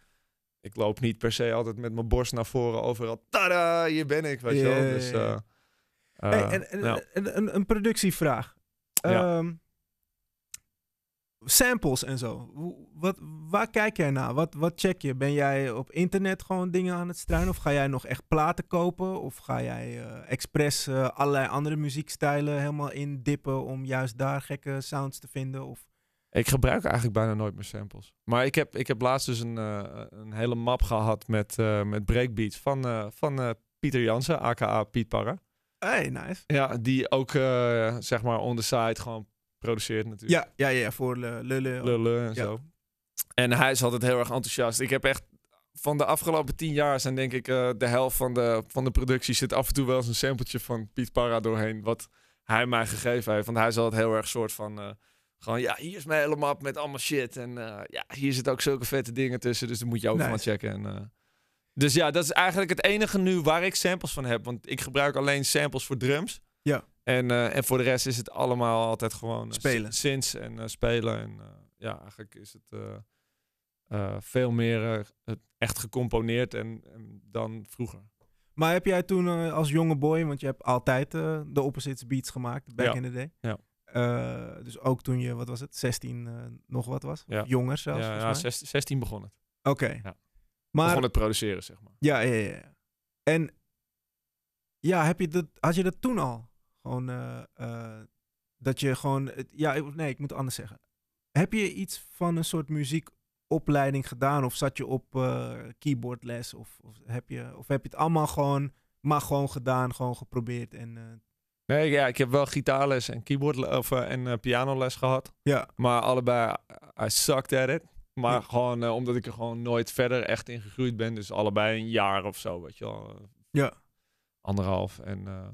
S2: ik loop niet per se altijd met mijn borst naar voren overal, tada, hier ben ik, weet je
S3: Ja,
S2: wel.
S3: ja,
S2: Dus,
S3: ja.
S2: eh, eh,
S3: Hey, en, en-
S2: ja.
S3: en- een, een productievraag.
S2: Ja.
S3: Ehm, samples en zo. Hoe- Wat, waar kijk jij naar? Wat, wat check je? Ben jij op internet gewoon dingen aan het struinen? Of ga jij nog echt platen kopen? Of ga jij eh, expres eh, allerlei andere muziekstijlen helemaal indippen om juist daar gekke sounds te vinden? Of...
S2: Ik gebruik eigenlijk bijna nooit meer samples. Maar ik heb, ik heb laatst dus een, eh, een hele map gehad met, eh, met breakbeats van, eh, van eh, Pieter Jansen, aka Piet Parra.
S3: Hey, nice.
S2: Ja, die ook eh, zeg maar on the side gewoon produceert natuurlijk.
S3: Ja, ja, ja, voor eh, lullen.
S2: lullen en
S3: Ja.
S2: zo. En hij is altijd heel erg enthousiast. Ik heb echt van de afgelopen tien jaar zijn denk ik eh, de helft van de, van de productie zit af en toe wel eens een sampletje van Piet Parra doorheen. Wat hij mij gegeven heeft. Want hij is altijd heel erg soort van. eh, gewoon ja, hier is mijn hele map met allemaal shit. En eh, ja, hier zitten ook zulke vette dingen tussen. Dus dat moet je ook
S3: Nice.
S2: van checken. En, eh, dus ja, dat is eigenlijk het enige nu waar ik samples van heb. Want ik gebruik alleen samples voor drums.
S3: Ja.
S2: En, eh, en voor de rest is het allemaal altijd gewoon eh,
S3: Spelen.
S2: si- Synths en eh, spelen. En eh, ja, eigenlijk is het eh, eh, veel meer eh, het echt gecomponeerd en, en dan vroeger.
S3: Maar heb jij toen eh, als jonge boy, want je hebt altijd eh, de opposites beats gemaakt, back
S2: Ja.
S3: in the day.
S2: Ja.
S3: Eh, dus ook toen je, wat was het, 16 eh, nog wat was?
S2: Ja.
S3: Of Jonger zelfs,
S2: ja, ja,
S3: volgens mij.
S2: 16, 16 begon het.
S3: Oké.
S2: Ja.
S3: Maar,
S2: Begon het produceren, zeg maar.
S3: ja, ja, ja, ja. En, ja, heb je dat, had je dat toen al? Gewoon, eh, eh, dat je gewoon, het- ja, ik- nee, ik moet het anders zeggen. Heb je iets van een soort muziekopleiding gedaan? Of zat je op eh, keyboardles? Of, of, heb je, of heb je het allemaal gewoon, maar gewoon gedaan, gewoon geprobeerd en... eh,
S2: Nee, ja, ik heb wel gitaarles en keyboard of, eh, en eh, pianoles gehad.
S3: Ja,
S2: Maar allebei, I I sucked at it. Maar
S3: Ja.
S2: gewoon eh, omdat ik er gewoon nooit verder echt in gegroeid ben. Dus allebei een jaar of zo, weet je wel.
S3: Ja.
S2: Anderhalf. En, eh,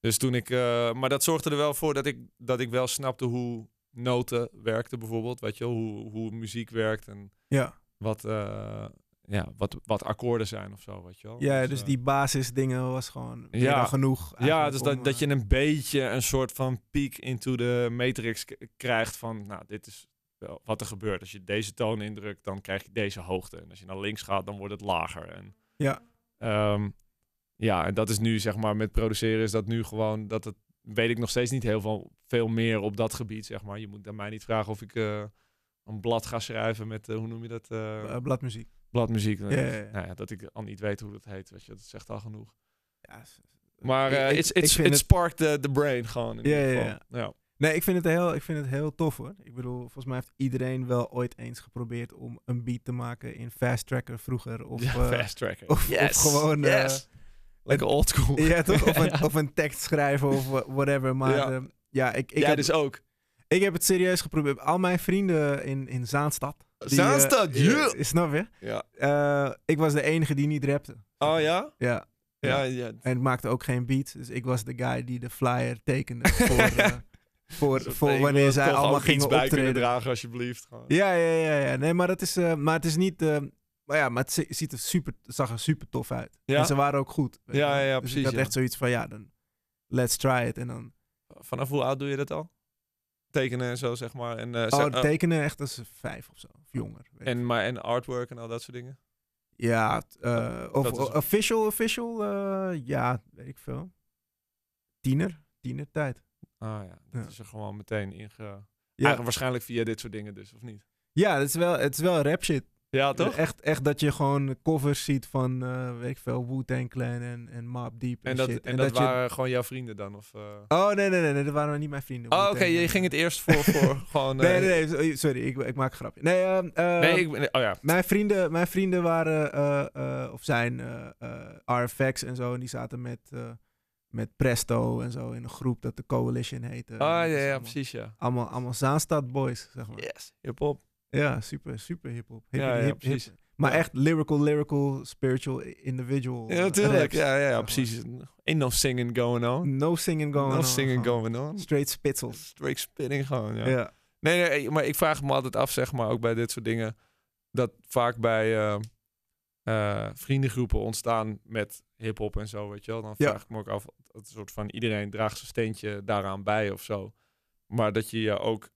S2: dus toen ik... eh, maar dat zorgde er wel voor dat ik, dat ik wel snapte hoe noten werkten bijvoorbeeld. Weet je wel, hoe, hoe muziek werkt en
S3: ja.
S2: wat, eh, ja, wat, wat akkoorden zijn of zo, weet je wel.
S3: ja dus
S2: eh,
S3: die basisdingen was gewoon meer
S2: Ja.
S3: dan genoeg.
S2: Ja,
S3: eigenlijk
S2: dus
S3: om,
S2: dat,
S3: eh,
S2: dat je een beetje een soort van peek into de matrix k- krijgt van, nou, dit is wel wat er gebeurt. Als je deze toon indrukt, dan krijg je deze hoogte. En als je naar links gaat, dan wordt het lager. En,
S3: Ja.
S2: Ehm, ja, en dat is nu, zeg maar, met produceren is dat nu gewoon, dat het, weet ik nog steeds niet heel veel, veel meer op dat gebied, zeg maar. Je moet aan mij niet vragen of ik eh, een blad ga schrijven met, eh, hoe noem je dat? eh,
S3: eh, bladmuziek.
S2: bladmuziek.
S3: ja, ja.
S2: Nou ja, dat ik al niet weet hoe dat heet, weet je, dat zegt al genoeg.
S3: Ja, s-
S2: Maar
S3: Ik-
S2: eh
S3: ik-
S2: it's,
S3: ik
S2: it's,
S3: vind
S2: it
S3: het-
S2: sparked the, the brain gewoon. In
S3: Ja,
S2: ieder
S3: ja,
S2: geval. ja.
S3: Nee, ik vind, het heel, ik vind het heel tof hoor. Ik bedoel, volgens mij heeft iedereen wel ooit eens geprobeerd om een beat te maken in Fast Tracker vroeger. Of,
S2: Ja,
S3: eh,
S2: fast tracker.
S3: of- of gewoon, eh,
S2: Lekker old school.
S3: (laughs) ja, toch?
S2: (laughs)
S3: Of, een, of een tekst schrijven of wa- whatever. Maar
S2: Ja.
S3: ja, ja ik, ik,
S2: Jij
S3: heb,
S2: dus ook.
S3: ik heb het serieus geprobeerd. Al mijn vrienden in, in Zaanstad. die, eh,
S2: Zaanstad,
S3: eh,
S2: yeah.
S3: Snap je?
S2: Ja.
S3: Eh, ik was de enige die niet rapte.
S2: Oh ja?
S3: Ja.
S2: Ja,
S3: Ja.
S2: ja.
S3: En het maakte ook geen beat. Dus ik was de guy die de flyer
S2: (laughs)
S3: tekende voor, eh, voor,
S2: Zo'n
S3: voor
S2: ding,
S3: wanneer
S2: eh,
S3: zij
S2: toch
S3: allemaal
S2: ook iets
S3: gingen
S2: bij kunnen
S3: optreden.
S2: dragen, alsjeblieft. Gewoon.
S3: Ja, ja, ja, ja. Nee, maar, dat is, eh, maar het is niet... eh, maar ja, maar het zi- ziet er super, het zag er super tof uit.
S2: Ja?
S3: En ze waren ook goed. weet
S2: Ja,
S3: je wel.
S2: ja, ja,
S3: dus
S2: precies,
S3: ik had
S2: ja.
S3: echt zoiets van, ja, dan let's try it. En dan
S2: Vanaf hoe oud doe je dat al? Tekenen en zo, zeg maar. En, eh,
S3: oh,
S2: zijn- oh,
S3: tekenen echt als vijf of zo. Of jonger. weet ik.
S2: en, maar, en artwork en al dat soort dingen?
S3: ja, t- eh, of
S2: Dat is-
S3: official, official, eh, ja, weet ik veel. Tiener, tienertijd.
S2: Ah ja, dat
S3: Ja.
S2: is er gewoon meteen inge...
S3: Ja,
S2: Eigenlijk waarschijnlijk via dit soort dingen dus, of niet?
S3: ja het, is wel, het is wel rap shit.
S2: Ja, toch?
S3: Echt, echt dat je gewoon covers ziet van, eh, weet ik veel, Wu-Tang Clan en, en Mob Deep en,
S2: En dat, en
S3: shit.
S2: dat,
S3: je-
S2: waren gewoon jouw vrienden dan? Of, eh?
S3: Oh, nee, nee, nee, nee, dat waren niet mijn vrienden.
S2: Oh, oké,
S3: Wu-Tang
S2: je
S3: en-
S2: ging het eerst voor, (laughs) voor gewoon... eh,
S3: Nee, nee, nee, sorry, ik, ik maak een grapje. Nee, ehm, eh,
S2: Nee, ik ben... Oh ja.
S3: mijn, vrienden, mijn vrienden waren, eh, eh, of zijn, eh, eh, RFX en zo. En die zaten met, eh, met Presto en zo in een groep dat de Coalition heette. En dat
S2: Ah, ja,
S3: is
S2: ja,
S3: allemaal-
S2: precies, ja.
S3: Allemaal, allemaal Zaanstad boys, zeg maar.
S2: Yes. Hip-hop.
S3: Ja, super, super hip-hop. Hip,
S2: Ja, ja,
S3: hip, hip,
S2: precies.
S3: Maar
S2: Ja.
S3: echt lyrical, lyrical, spiritual, i- individual.
S2: Ja,
S3: eh,
S2: natuurlijk.
S3: raps.
S2: Ja, ja, ja,
S3: maar.
S2: precies. Ain't no singing going on.
S3: No singing going
S2: no
S3: on.
S2: singing
S3: gewoon.
S2: going on.
S3: Straight spitsels.
S2: Straight spinning gewoon, ja.
S3: Ja. Ja.
S2: Nee, nee, maar ik vraag me altijd af, zeg maar, ook bij dit soort dingen, dat vaak bij eh, eh, vriendengroepen ontstaan met hip-hop en zo, weet je wel. Dan
S3: Ja.
S2: vraag ik me ook af, het soort van iedereen draagt zijn steentje daaraan bij of zo. Maar dat je je ook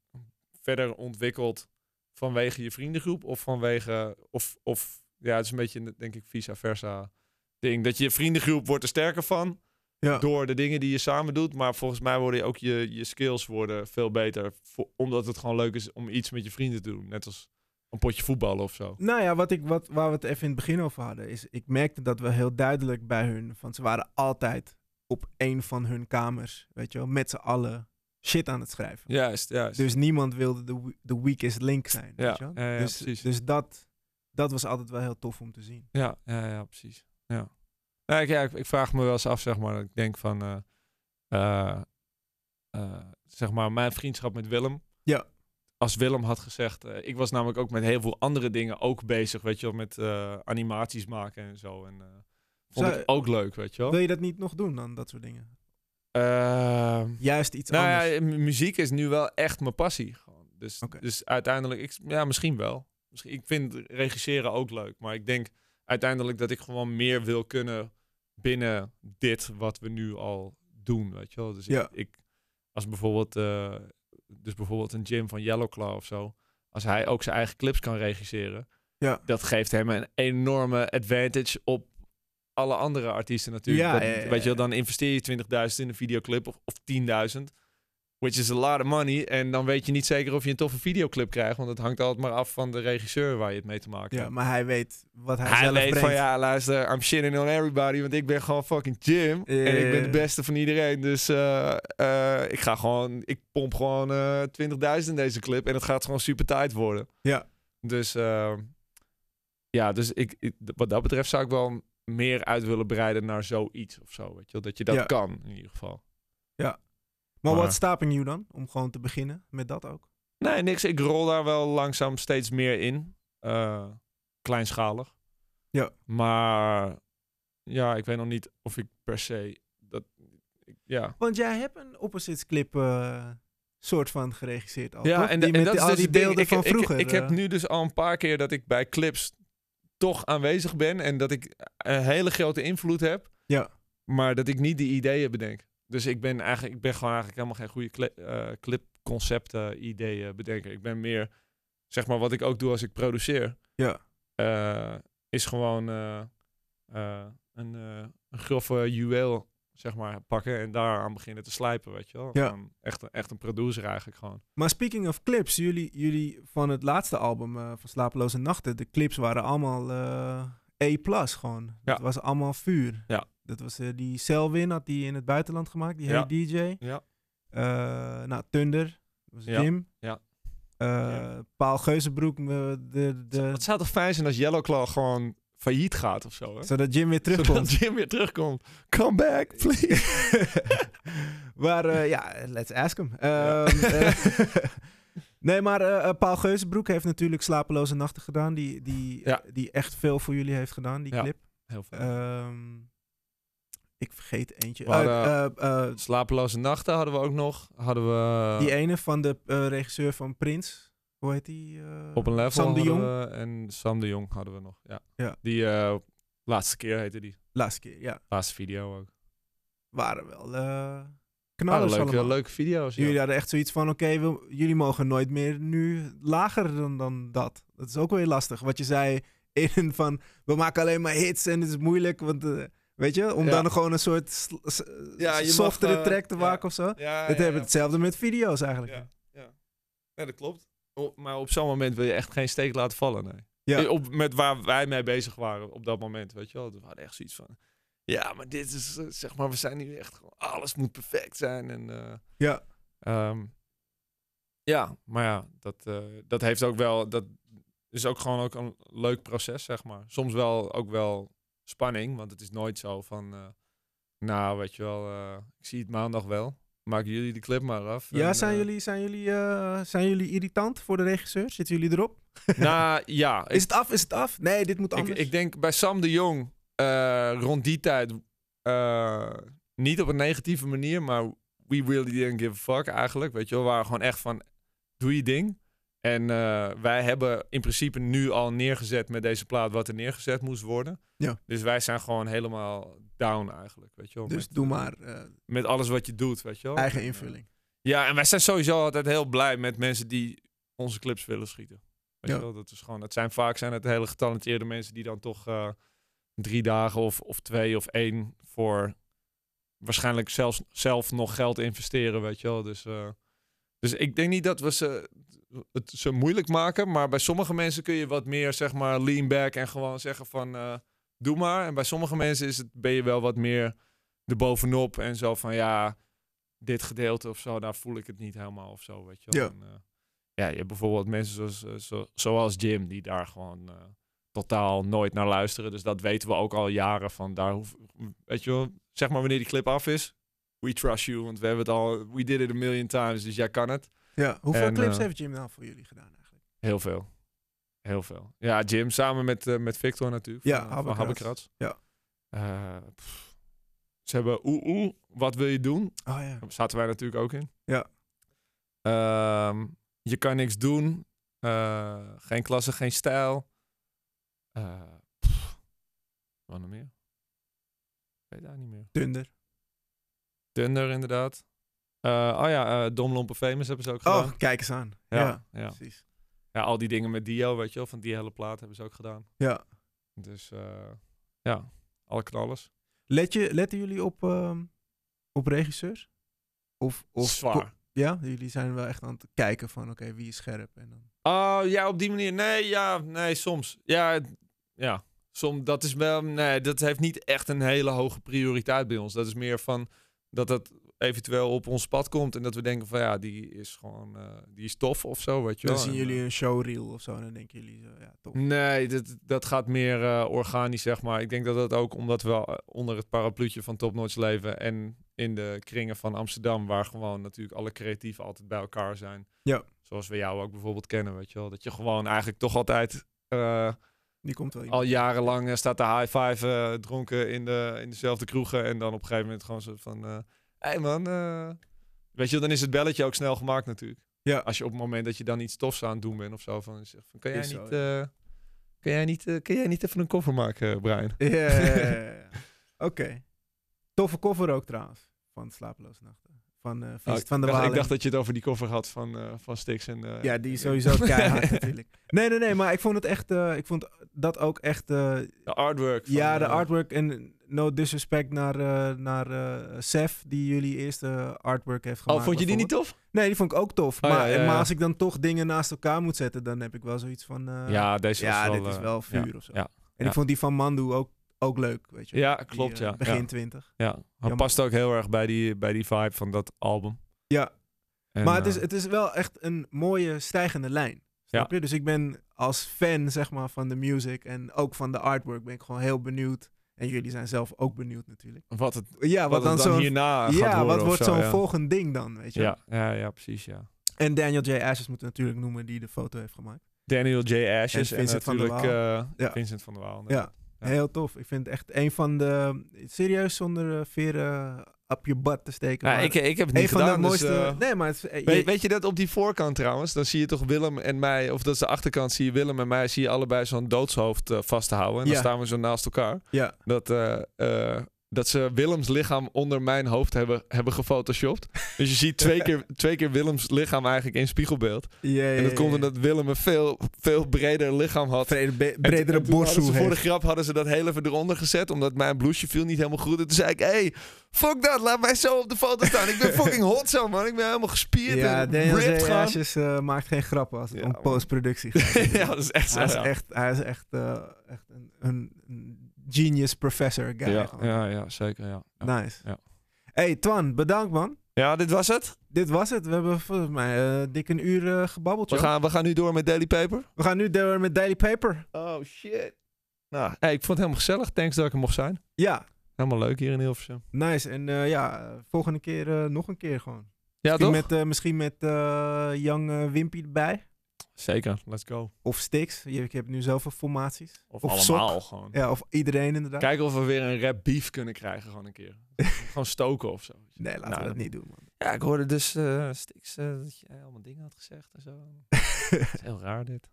S2: verder ontwikkelt vanwege je vriendengroep of vanwege, of, of ja, het is een beetje, denk ik, vice versa ding. Dat je vriendengroep wordt er sterker van, door de dingen die je samen doet. Maar volgens mij worden ook je, je skills worden veel beter. vo- omdat het gewoon leuk is om iets met je vrienden te doen. Net als een potje voetballen of zo.
S3: Nou ja, wat ik, wat, waar we het even in het begin over hadden, is ik merkte dat wel heel duidelijk bij hun. Want ze waren altijd op één van hun kamers, weet je wel, met z'n allen shit aan het schrijven.
S2: Juist, juist.
S3: Dus niemand wilde de, we- de weakest link zijn,
S2: ja,
S3: weet je wel.
S2: ja, ja,
S3: dus
S2: precies.
S3: dus dat, dat was altijd wel heel tof om te zien.
S2: Ja, ja, ja, precies. Ja. Nou, ik, ja, ik, ik vraag me wel eens af, zeg maar. dat Ik denk van. eh, eh, eh, zeg maar, mijn vriendschap met Willem.
S3: Ja.
S2: Als Willem had gezegd, eh, ik was namelijk ook met heel veel andere dingen ook bezig, weet je wel, met eh, animaties maken en zo. En eh, vond
S3: Zou-
S2: ik ook leuk, weet je wel.
S3: Wil je dat niet nog doen dan, dat soort dingen?
S2: Ehm,
S3: Juist iets
S2: nou
S3: anders.
S2: ja, mu- muziek is nu wel echt mijn passie. Gewoon. Dus,
S3: Oké.
S2: dus uiteindelijk, ik, ja, misschien wel. Misschien, ik vind regisseren ook leuk. Maar ik denk uiteindelijk dat ik gewoon meer wil kunnen binnen dit wat we nu al doen. Weet je wel? Dus
S3: Ja.
S2: ik, ik, als bijvoorbeeld, eh, dus bijvoorbeeld een Jim van Yellowclaw of zo. Als hij ook zijn eigen clips kan regisseren.
S3: Ja.
S2: Dat geeft hem een enorme advantage op alle andere artiesten natuurlijk.
S3: Ja,
S2: Dat-
S3: ja, ja, ja.
S2: Weet je wel, dan investeer je 20.000 in een videoclip of, of 10.000. Which is a lot of money. En dan weet je niet zeker of je een toffe videoclip krijgt. Want het hangt altijd maar af van de regisseur waar je het mee te maken
S3: Ja,
S2: hebt.
S3: maar hij weet wat hij,
S2: Hij
S3: zelf
S2: weet
S3: brengt.
S2: van ja, luister, I'm shitting on everybody. Want ik ben gewoon fucking Jim.
S3: Ja,
S2: En ik
S3: ja,
S2: ben
S3: ja.
S2: de beste van iedereen. Dus eh, eh, ik ga gewoon, ik pomp gewoon eh 20.000 in deze clip. En het gaat gewoon super tight worden.
S3: Ja.
S2: Dus eh, ja, dus ik, ik- wat dat betreft zou ik wel meer uit willen breiden naar zoiets of zo. Weet je? wel. Dat je dat
S3: Ja.
S2: kan in ieder geval.
S3: Maar
S2: Maar-
S3: wat stopping you dan? Om gewoon te beginnen met dat ook.
S2: Nee, niks. Ik rol daar wel langzaam steeds meer in. Eh, kleinschalig.
S3: Ja.
S2: Maar ja, ik weet nog niet of ik per se dat. ik- ja.
S3: Want jij hebt een opposites clip eh, soort van geregisseerd al.
S2: ja,
S3: toch?
S2: en,
S3: die
S2: en
S3: met
S2: dat is
S3: al
S2: dus
S3: die
S2: het ding.
S3: beelden
S2: ik,
S3: van
S2: ik-
S3: vroeger.
S2: Ik, heb
S3: eh.
S2: nu dus al een paar keer dat ik bij clips toch aanwezig ben en dat ik een hele grote invloed heb,
S3: Ja.
S2: maar dat ik niet die ideeën bedenk. Dus ik ben eigenlijk, ik ben gewoon eigenlijk helemaal geen goede cli- eh, clipconcepten, ideeën bedenken. Ik ben meer, zeg maar, wat ik ook doe als ik produceer.
S3: Ja.
S2: eh, is gewoon eh, eh, een, eh, een grove juweel, zeg maar, pakken en daaraan beginnen te slijpen, weet je wel.
S3: Ja.
S2: Gewoon Echt, echt een producer eigenlijk gewoon.
S3: Maar speaking of clips, jullie, jullie van het laatste album eh, van Slapeloze Nachten, de clips waren allemaal eh E+, gewoon.
S2: Ja.
S3: Dat was allemaal vuur.
S2: Ja.
S3: Dat was eh, die Selwin, had die in het buitenland gemaakt, die
S2: Ja.
S3: Hey DJ.
S2: Ja.
S3: Eh, nou, Thunder, dat was
S2: Ja.
S3: Jim.
S2: Ja.
S3: Eh,
S2: Ja.
S3: Paul Geuzenbroek, eh, de, de,
S2: Het zou toch fijn zijn als Yellowclaw gewoon failliet gaat of zo, hè?
S3: zodat Jim weer terugkomt.
S2: Zodat Jim weer terugkomt. Come back, please.
S3: (laughs) Maar eh, ja, let's ask him.
S2: Ja. (laughs)
S3: Ehm, eh, nee, maar eh, eh, Paul Geuzenbroek heeft natuurlijk Slapeloze Nachten gedaan. Die, die,
S2: Ja.
S3: die echt veel voor jullie heeft gedaan, die
S2: Ja.
S3: clip.
S2: Heel Eh, veel.
S3: Ehm, ik vergeet eentje.
S2: We hadden-
S3: Eh, eh, eh,
S2: Slapeloze nachten hadden we ook nog. Hadden we
S3: die ene van de eh, regisseur van Prins. Hoe heet die? eh,
S2: op een level
S3: Sam de
S2: hadden
S3: Jong.
S2: we- en Sam de Jong hadden we nog. Ja.
S3: Ja.
S2: Die eh, laatste keer heette die.
S3: Laatste keer, ja.
S2: Laatste video ook.
S3: Waren wel eh
S2: Hadden
S3: knallers
S2: leuke,
S3: allemaal.
S2: leuke video's. Ah, ja.
S3: Jullie hadden echt zoiets van, oké, we- jullie mogen nooit meer nu lager dan, dan dat. Dat is ook weer lastig. Wat je zei in van, we maken alleen maar hits en het is moeilijk, want eh, weet je, om
S2: Ja.
S3: dan gewoon een soort sl- s-
S2: Ja, je mag,
S3: softere
S2: eh,
S3: track te
S2: ja.
S3: maken of zo.
S2: Ja,
S3: het
S2: ja,
S3: hebben
S2: ja.
S3: hetzelfde met video's eigenlijk.
S2: Ja, ja. ja, dat klopt. O- maar op zo'n moment wil je echt geen steek laten vallen, nee.
S3: Ja.
S2: Eh, Op, met waar wij mee bezig waren op dat moment, weet je wel. We hadden echt zoiets van... Ja, maar dit is, eh, zeg maar, we zijn nu echt gewoon... Alles moet perfect zijn en... eh,
S3: Ja.
S2: ehm, ja, maar ja, dat, eh, dat heeft ook wel... Dat is ook gewoon ook een leuk proces, zeg maar. Soms wel ook wel spanning, want het is nooit zo van... eh, nou, weet je wel, eh, ik zie het maandag wel. Maken jullie de clip maar af.
S3: Ja,
S2: en,
S3: zijn,
S2: eh,
S3: jullie, zijn, jullie, eh, zijn jullie irritant voor de regisseur? Zitten jullie erop?
S2: Nou ja,
S3: Is
S2: ik,
S3: het af? Is het af? Nee, dit moet
S2: ik,
S3: anders.
S2: ik denk bij Sam de Jong eh, rond die tijd, eh, niet op een negatieve manier, maar we really didn't give a fuck eigenlijk. Weet je wel, we waren gewoon echt van, doe je ding. En eh, wij hebben in principe nu al neergezet met deze plaat wat er neergezet moest worden.
S3: Ja.
S2: Dus wij zijn gewoon helemaal down eigenlijk, weet je wel.
S3: dus
S2: met,
S3: doe maar eh,
S2: Met alles wat je doet, weet je wel.
S3: eigen
S2: En, eh,
S3: invulling.
S2: ja, en wij zijn sowieso altijd heel blij met mensen die onze clips willen schieten. Weet
S3: Ja.
S2: je wel, dat is gewoon, het zijn vaak zijn het hele getalenteerde mensen die dan toch eh, drie dagen of, of twee of één voor waarschijnlijk zelfs, zelf nog geld investeren, weet je wel. Dus, eh, dus ik denk niet dat we ze, het ze moeilijk maken, maar bij sommige mensen kun je wat meer, zeg maar, lean back en gewoon zeggen van, eh, doe maar. En bij sommige mensen is het, ben je wel wat meer erbovenop en zo van, ja, dit gedeelte of zo, daar voel ik het niet helemaal of zo, weet je wel.
S3: Ja.
S2: En, eh, ja, je hebt bijvoorbeeld mensen zoals, eh, zo- zoals Jim, die daar gewoon eh, totaal nooit naar luisteren. Dus dat weten we ook al jaren van, daar hoef, weet je wel, zeg maar wanneer die clip af is, We trust you, want we hebben het al... We did it a million times, dus jij kan het.
S3: Ja, hoeveel
S2: En,
S3: clips
S2: eh,
S3: heeft Jim nou voor jullie gedaan eigenlijk?
S2: Heel veel. Heel veel. Ja, Jim, samen met, eh, met Victor natuurlijk.
S3: Ja,
S2: van, eh, van
S3: Habbekrats.
S2: Habbekrats.
S3: Ja.
S2: Eh, pff. ze hebben oeh oeh, wat wil je doen?
S3: Oh ja.
S2: Daar zaten wij natuurlijk ook in.
S3: Ja.
S2: Ehm, je kan niks doen. Eh, geen klasse, geen stijl. Eh, pff. wat nog meer? Ik weet daar niet meer.
S3: Dunder.
S2: Thunder inderdaad. Eh, oh ja, eh, Dom Lompe Famous hebben ze ook gedaan.
S3: Oh, kijk eens aan. Ja,
S2: ja, ja.
S3: precies.
S2: Ja, al die dingen met Dio, weet je wel, van die hele plaat hebben ze ook gedaan.
S3: Ja.
S2: Dus eh, ja, alle knallers.
S3: Let je, letten jullie op, ehm, op regisseurs? Of, of
S2: Zwaar.
S3: Ja, jullie zijn wel echt aan het kijken van oké, wie is scherp en dan.
S2: Oh ja, op die manier. Nee, ja, nee, soms. Ja, het- ja. Som, dat is wel. Nee, dat heeft niet echt een hele hoge prioriteit bij ons. Dat is meer van dat dat eventueel op ons pad komt en dat we denken van ja, die is gewoon, eh, die is tof of zo, weet je
S3: Dan
S2: wel.
S3: zien
S2: En,
S3: jullie
S2: eh,
S3: een showreel of zo en dan denken jullie zo, ja, top.
S2: Nee, dat, dat gaat meer eh, organisch, zeg maar. Ik denk dat dat ook omdat we eh, onder het parapluutje van Top Notch leven en in de kringen van Amsterdam, waar gewoon natuurlijk alle creatieven altijd bij elkaar zijn.
S3: Ja.
S2: Zoals we jou ook bijvoorbeeld kennen, weet je wel. Dat je gewoon eigenlijk toch altijd eh,
S3: Die komt wel.
S2: al jarenlang eh, staat de high five eh, dronken in, de, in dezelfde kroegen en dan op een gegeven moment gewoon zo van, hé hey man, eh," weet je, wel, dan is het belletje ook snel gemaakt natuurlijk
S3: Ja,
S2: als je op het moment dat je dan iets tofs aan het doen bent of zo, van, zeg van kan jij
S3: Is zo,
S2: niet, eh, kan jij niet, eh, kan jij niet even een koffer maken, eh, Brian?
S3: Ja, ja, ja, ja,
S2: (laughs)
S3: ja. Oké. Toffe koffer ook trouwens. Van Slapeloze Nachten. Van eh Vincent
S2: Oh,
S3: van der
S2: ik, dacht,
S3: Waal.
S2: ik dacht dat je het over die koffer had van, eh, van Stix en. eh,
S3: Ja, die
S2: en-
S3: is sowieso
S2: (laughs)
S3: keihard natuurlijk. Nee, nee, nee, maar ik vond het echt, eh, ik vond dat ook echt, eh,
S2: De artwork. van,
S3: ja, de
S2: eh,
S3: artwork en no disrespect naar, eh naar eh, Sef, die jullie eerste eh, artwork heeft gemaakt.
S2: Oh, vond je die niet tof?
S3: bijvoorbeeld. Nee, die vond ik ook tof.
S2: Oh, ja,
S3: maar, eh,
S2: ja, ja.
S3: maar als ik dan toch dingen naast elkaar moet zetten, dan heb ik wel zoiets van, eh,
S2: ja, deze
S3: ja,
S2: was wel.
S3: dit is
S2: eh,
S3: wel
S2: ja.
S3: vuur of zo.
S2: ja,
S3: En
S2: ja.
S3: ik vond die van Mandu ook, ook leuk, weet je. wel.
S2: Ja,
S3: Die, eh,
S2: klopt, ja.
S3: Begin
S2: ja,
S3: 20.
S2: ja. Hij
S3: Jammer.
S2: past ook heel erg bij die, bij die vibe van dat album.
S3: Ja,
S2: En,
S3: maar het is,
S2: eh,
S3: het is wel echt een mooie stijgende lijn. Snap je? Dus ik ben als fan zeg maar, van de music en ook van de artwork ben ik gewoon heel benieuwd. En jullie zijn zelf ook benieuwd natuurlijk.
S2: wat het,
S3: Ja,
S2: wat
S3: wat,
S2: het
S3: dan
S2: dan,
S3: zo'n...
S2: hierna gaat
S3: ja,
S2: worden
S3: wat
S2: of
S3: wordt
S2: zo,
S3: zo'n
S2: ja.
S3: volgend ding dan, weet je? wel?
S2: Ja, ja, ja, precies, ja.
S3: En Daniel J. Ashes moeten we natuurlijk noemen die de foto heeft gemaakt.
S2: Daniel J. Ashes en,
S3: En Vincent van der
S2: natuurlijk eh,
S3: Ja.
S2: Vincent van der Waal.
S3: Ja.
S2: Ja.
S3: Heel tof. Ik vind het echt een van de... Serieus, zonder eh, veren op je bad te steken.
S2: Nou,
S3: maar
S2: ik, ik heb het
S3: een
S2: niet
S3: van
S2: gedaan,
S3: de
S2: dus,
S3: mooiste...
S2: eh,
S3: nee, maar... Het, is- eh,
S2: Weet,
S3: je-
S2: weet je dat op die voorkant trouwens? Dan zie je toch Willem en mij, of dat is de achterkant, zie je Willem en mij, zie je allebei zo'n doodshoofd eh, vasthouden. En dan
S3: Ja.
S2: staan we zo naast elkaar.
S3: Ja.
S2: Dat, eh, eh, dat ze Willems lichaam onder mijn hoofd hebben, hebben gefotoshopt. Dus je ziet (laughs) twee keer, twee keer Willems lichaam eigenlijk in spiegelbeeld.
S3: Ja, ja,
S2: En dat
S3: ja,
S2: komt
S3: ja.
S2: omdat Willem een veel, veel breder lichaam had.
S3: Brede- be-
S2: En-
S3: bredere
S2: en toen hadden
S3: borsthoek
S2: ze Voor de
S3: heeft.
S2: grap hadden ze dat heel even eronder gezet. Omdat mijn blouseje viel niet helemaal goed. En toen zei ik, hey, fuck dat. Laat mij zo op de foto staan. Ik (laughs) ben fucking hot zo, man. Ik ben helemaal gespierd
S3: Ja,
S2: en
S3: Daniel J.
S2: ripped gewoon.
S3: Ashes eh, maakt geen grappen als het
S2: Ja,
S3: om
S2: man.
S3: postproductie gaat.
S2: (laughs) ja, dat is echt zo.
S3: hij, is
S2: ja.
S3: echt, hij is echt, eh, echt een, een- een genius professor guy.
S2: ja, Nou.
S3: gewoon.
S2: ja, ja, zeker, ja. Ja.
S3: Nice.
S2: Ja.
S3: Hey Twan, bedankt man.
S2: Ja, dit was het.
S3: Dit was het. We hebben volgens mij eh, dik een uur eh, gebabbeld.
S2: We
S3: joh.
S2: gaan, we gaan nu door met Daily Paper.
S3: We gaan nu door met Daily Paper.
S2: Oh, shit. Nou, hey, ik vond het helemaal gezellig. Thanks dat ik er mocht zijn.
S3: Ja,
S2: Helemaal leuk hier in Hilversum.
S3: nice. En eh, ja, volgende keer eh, nog een keer gewoon.
S2: Ja,
S3: Misschien
S2: toch?
S3: met, eh, misschien met eh, Young eh, Wimpy erbij.
S2: Zeker, let's go.
S3: Of Stix. Je- Ik heb nu zoveel formaties.
S2: Of,
S3: Sok.
S2: allemaal gewoon.
S3: Ja, of iedereen inderdaad.
S2: Kijken of we weer een rap beef kunnen krijgen gewoon een (laughs) keer. gewoon stoken of zo.
S3: Nee, laten
S2: Nou,
S3: we dat
S2: dat-
S3: niet doen, man. (laughs)
S2: Ja, ik hoorde dus eh Stix eh, dat jij allemaal dingen had gezegd en zo. Dat is heel raar dit.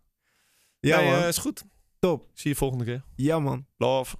S3: ja,
S2: Nee,
S3: man.
S2: eh, is goed.
S3: Top.
S2: Ik zie je volgende keer.
S3: Ja, man.
S2: Love.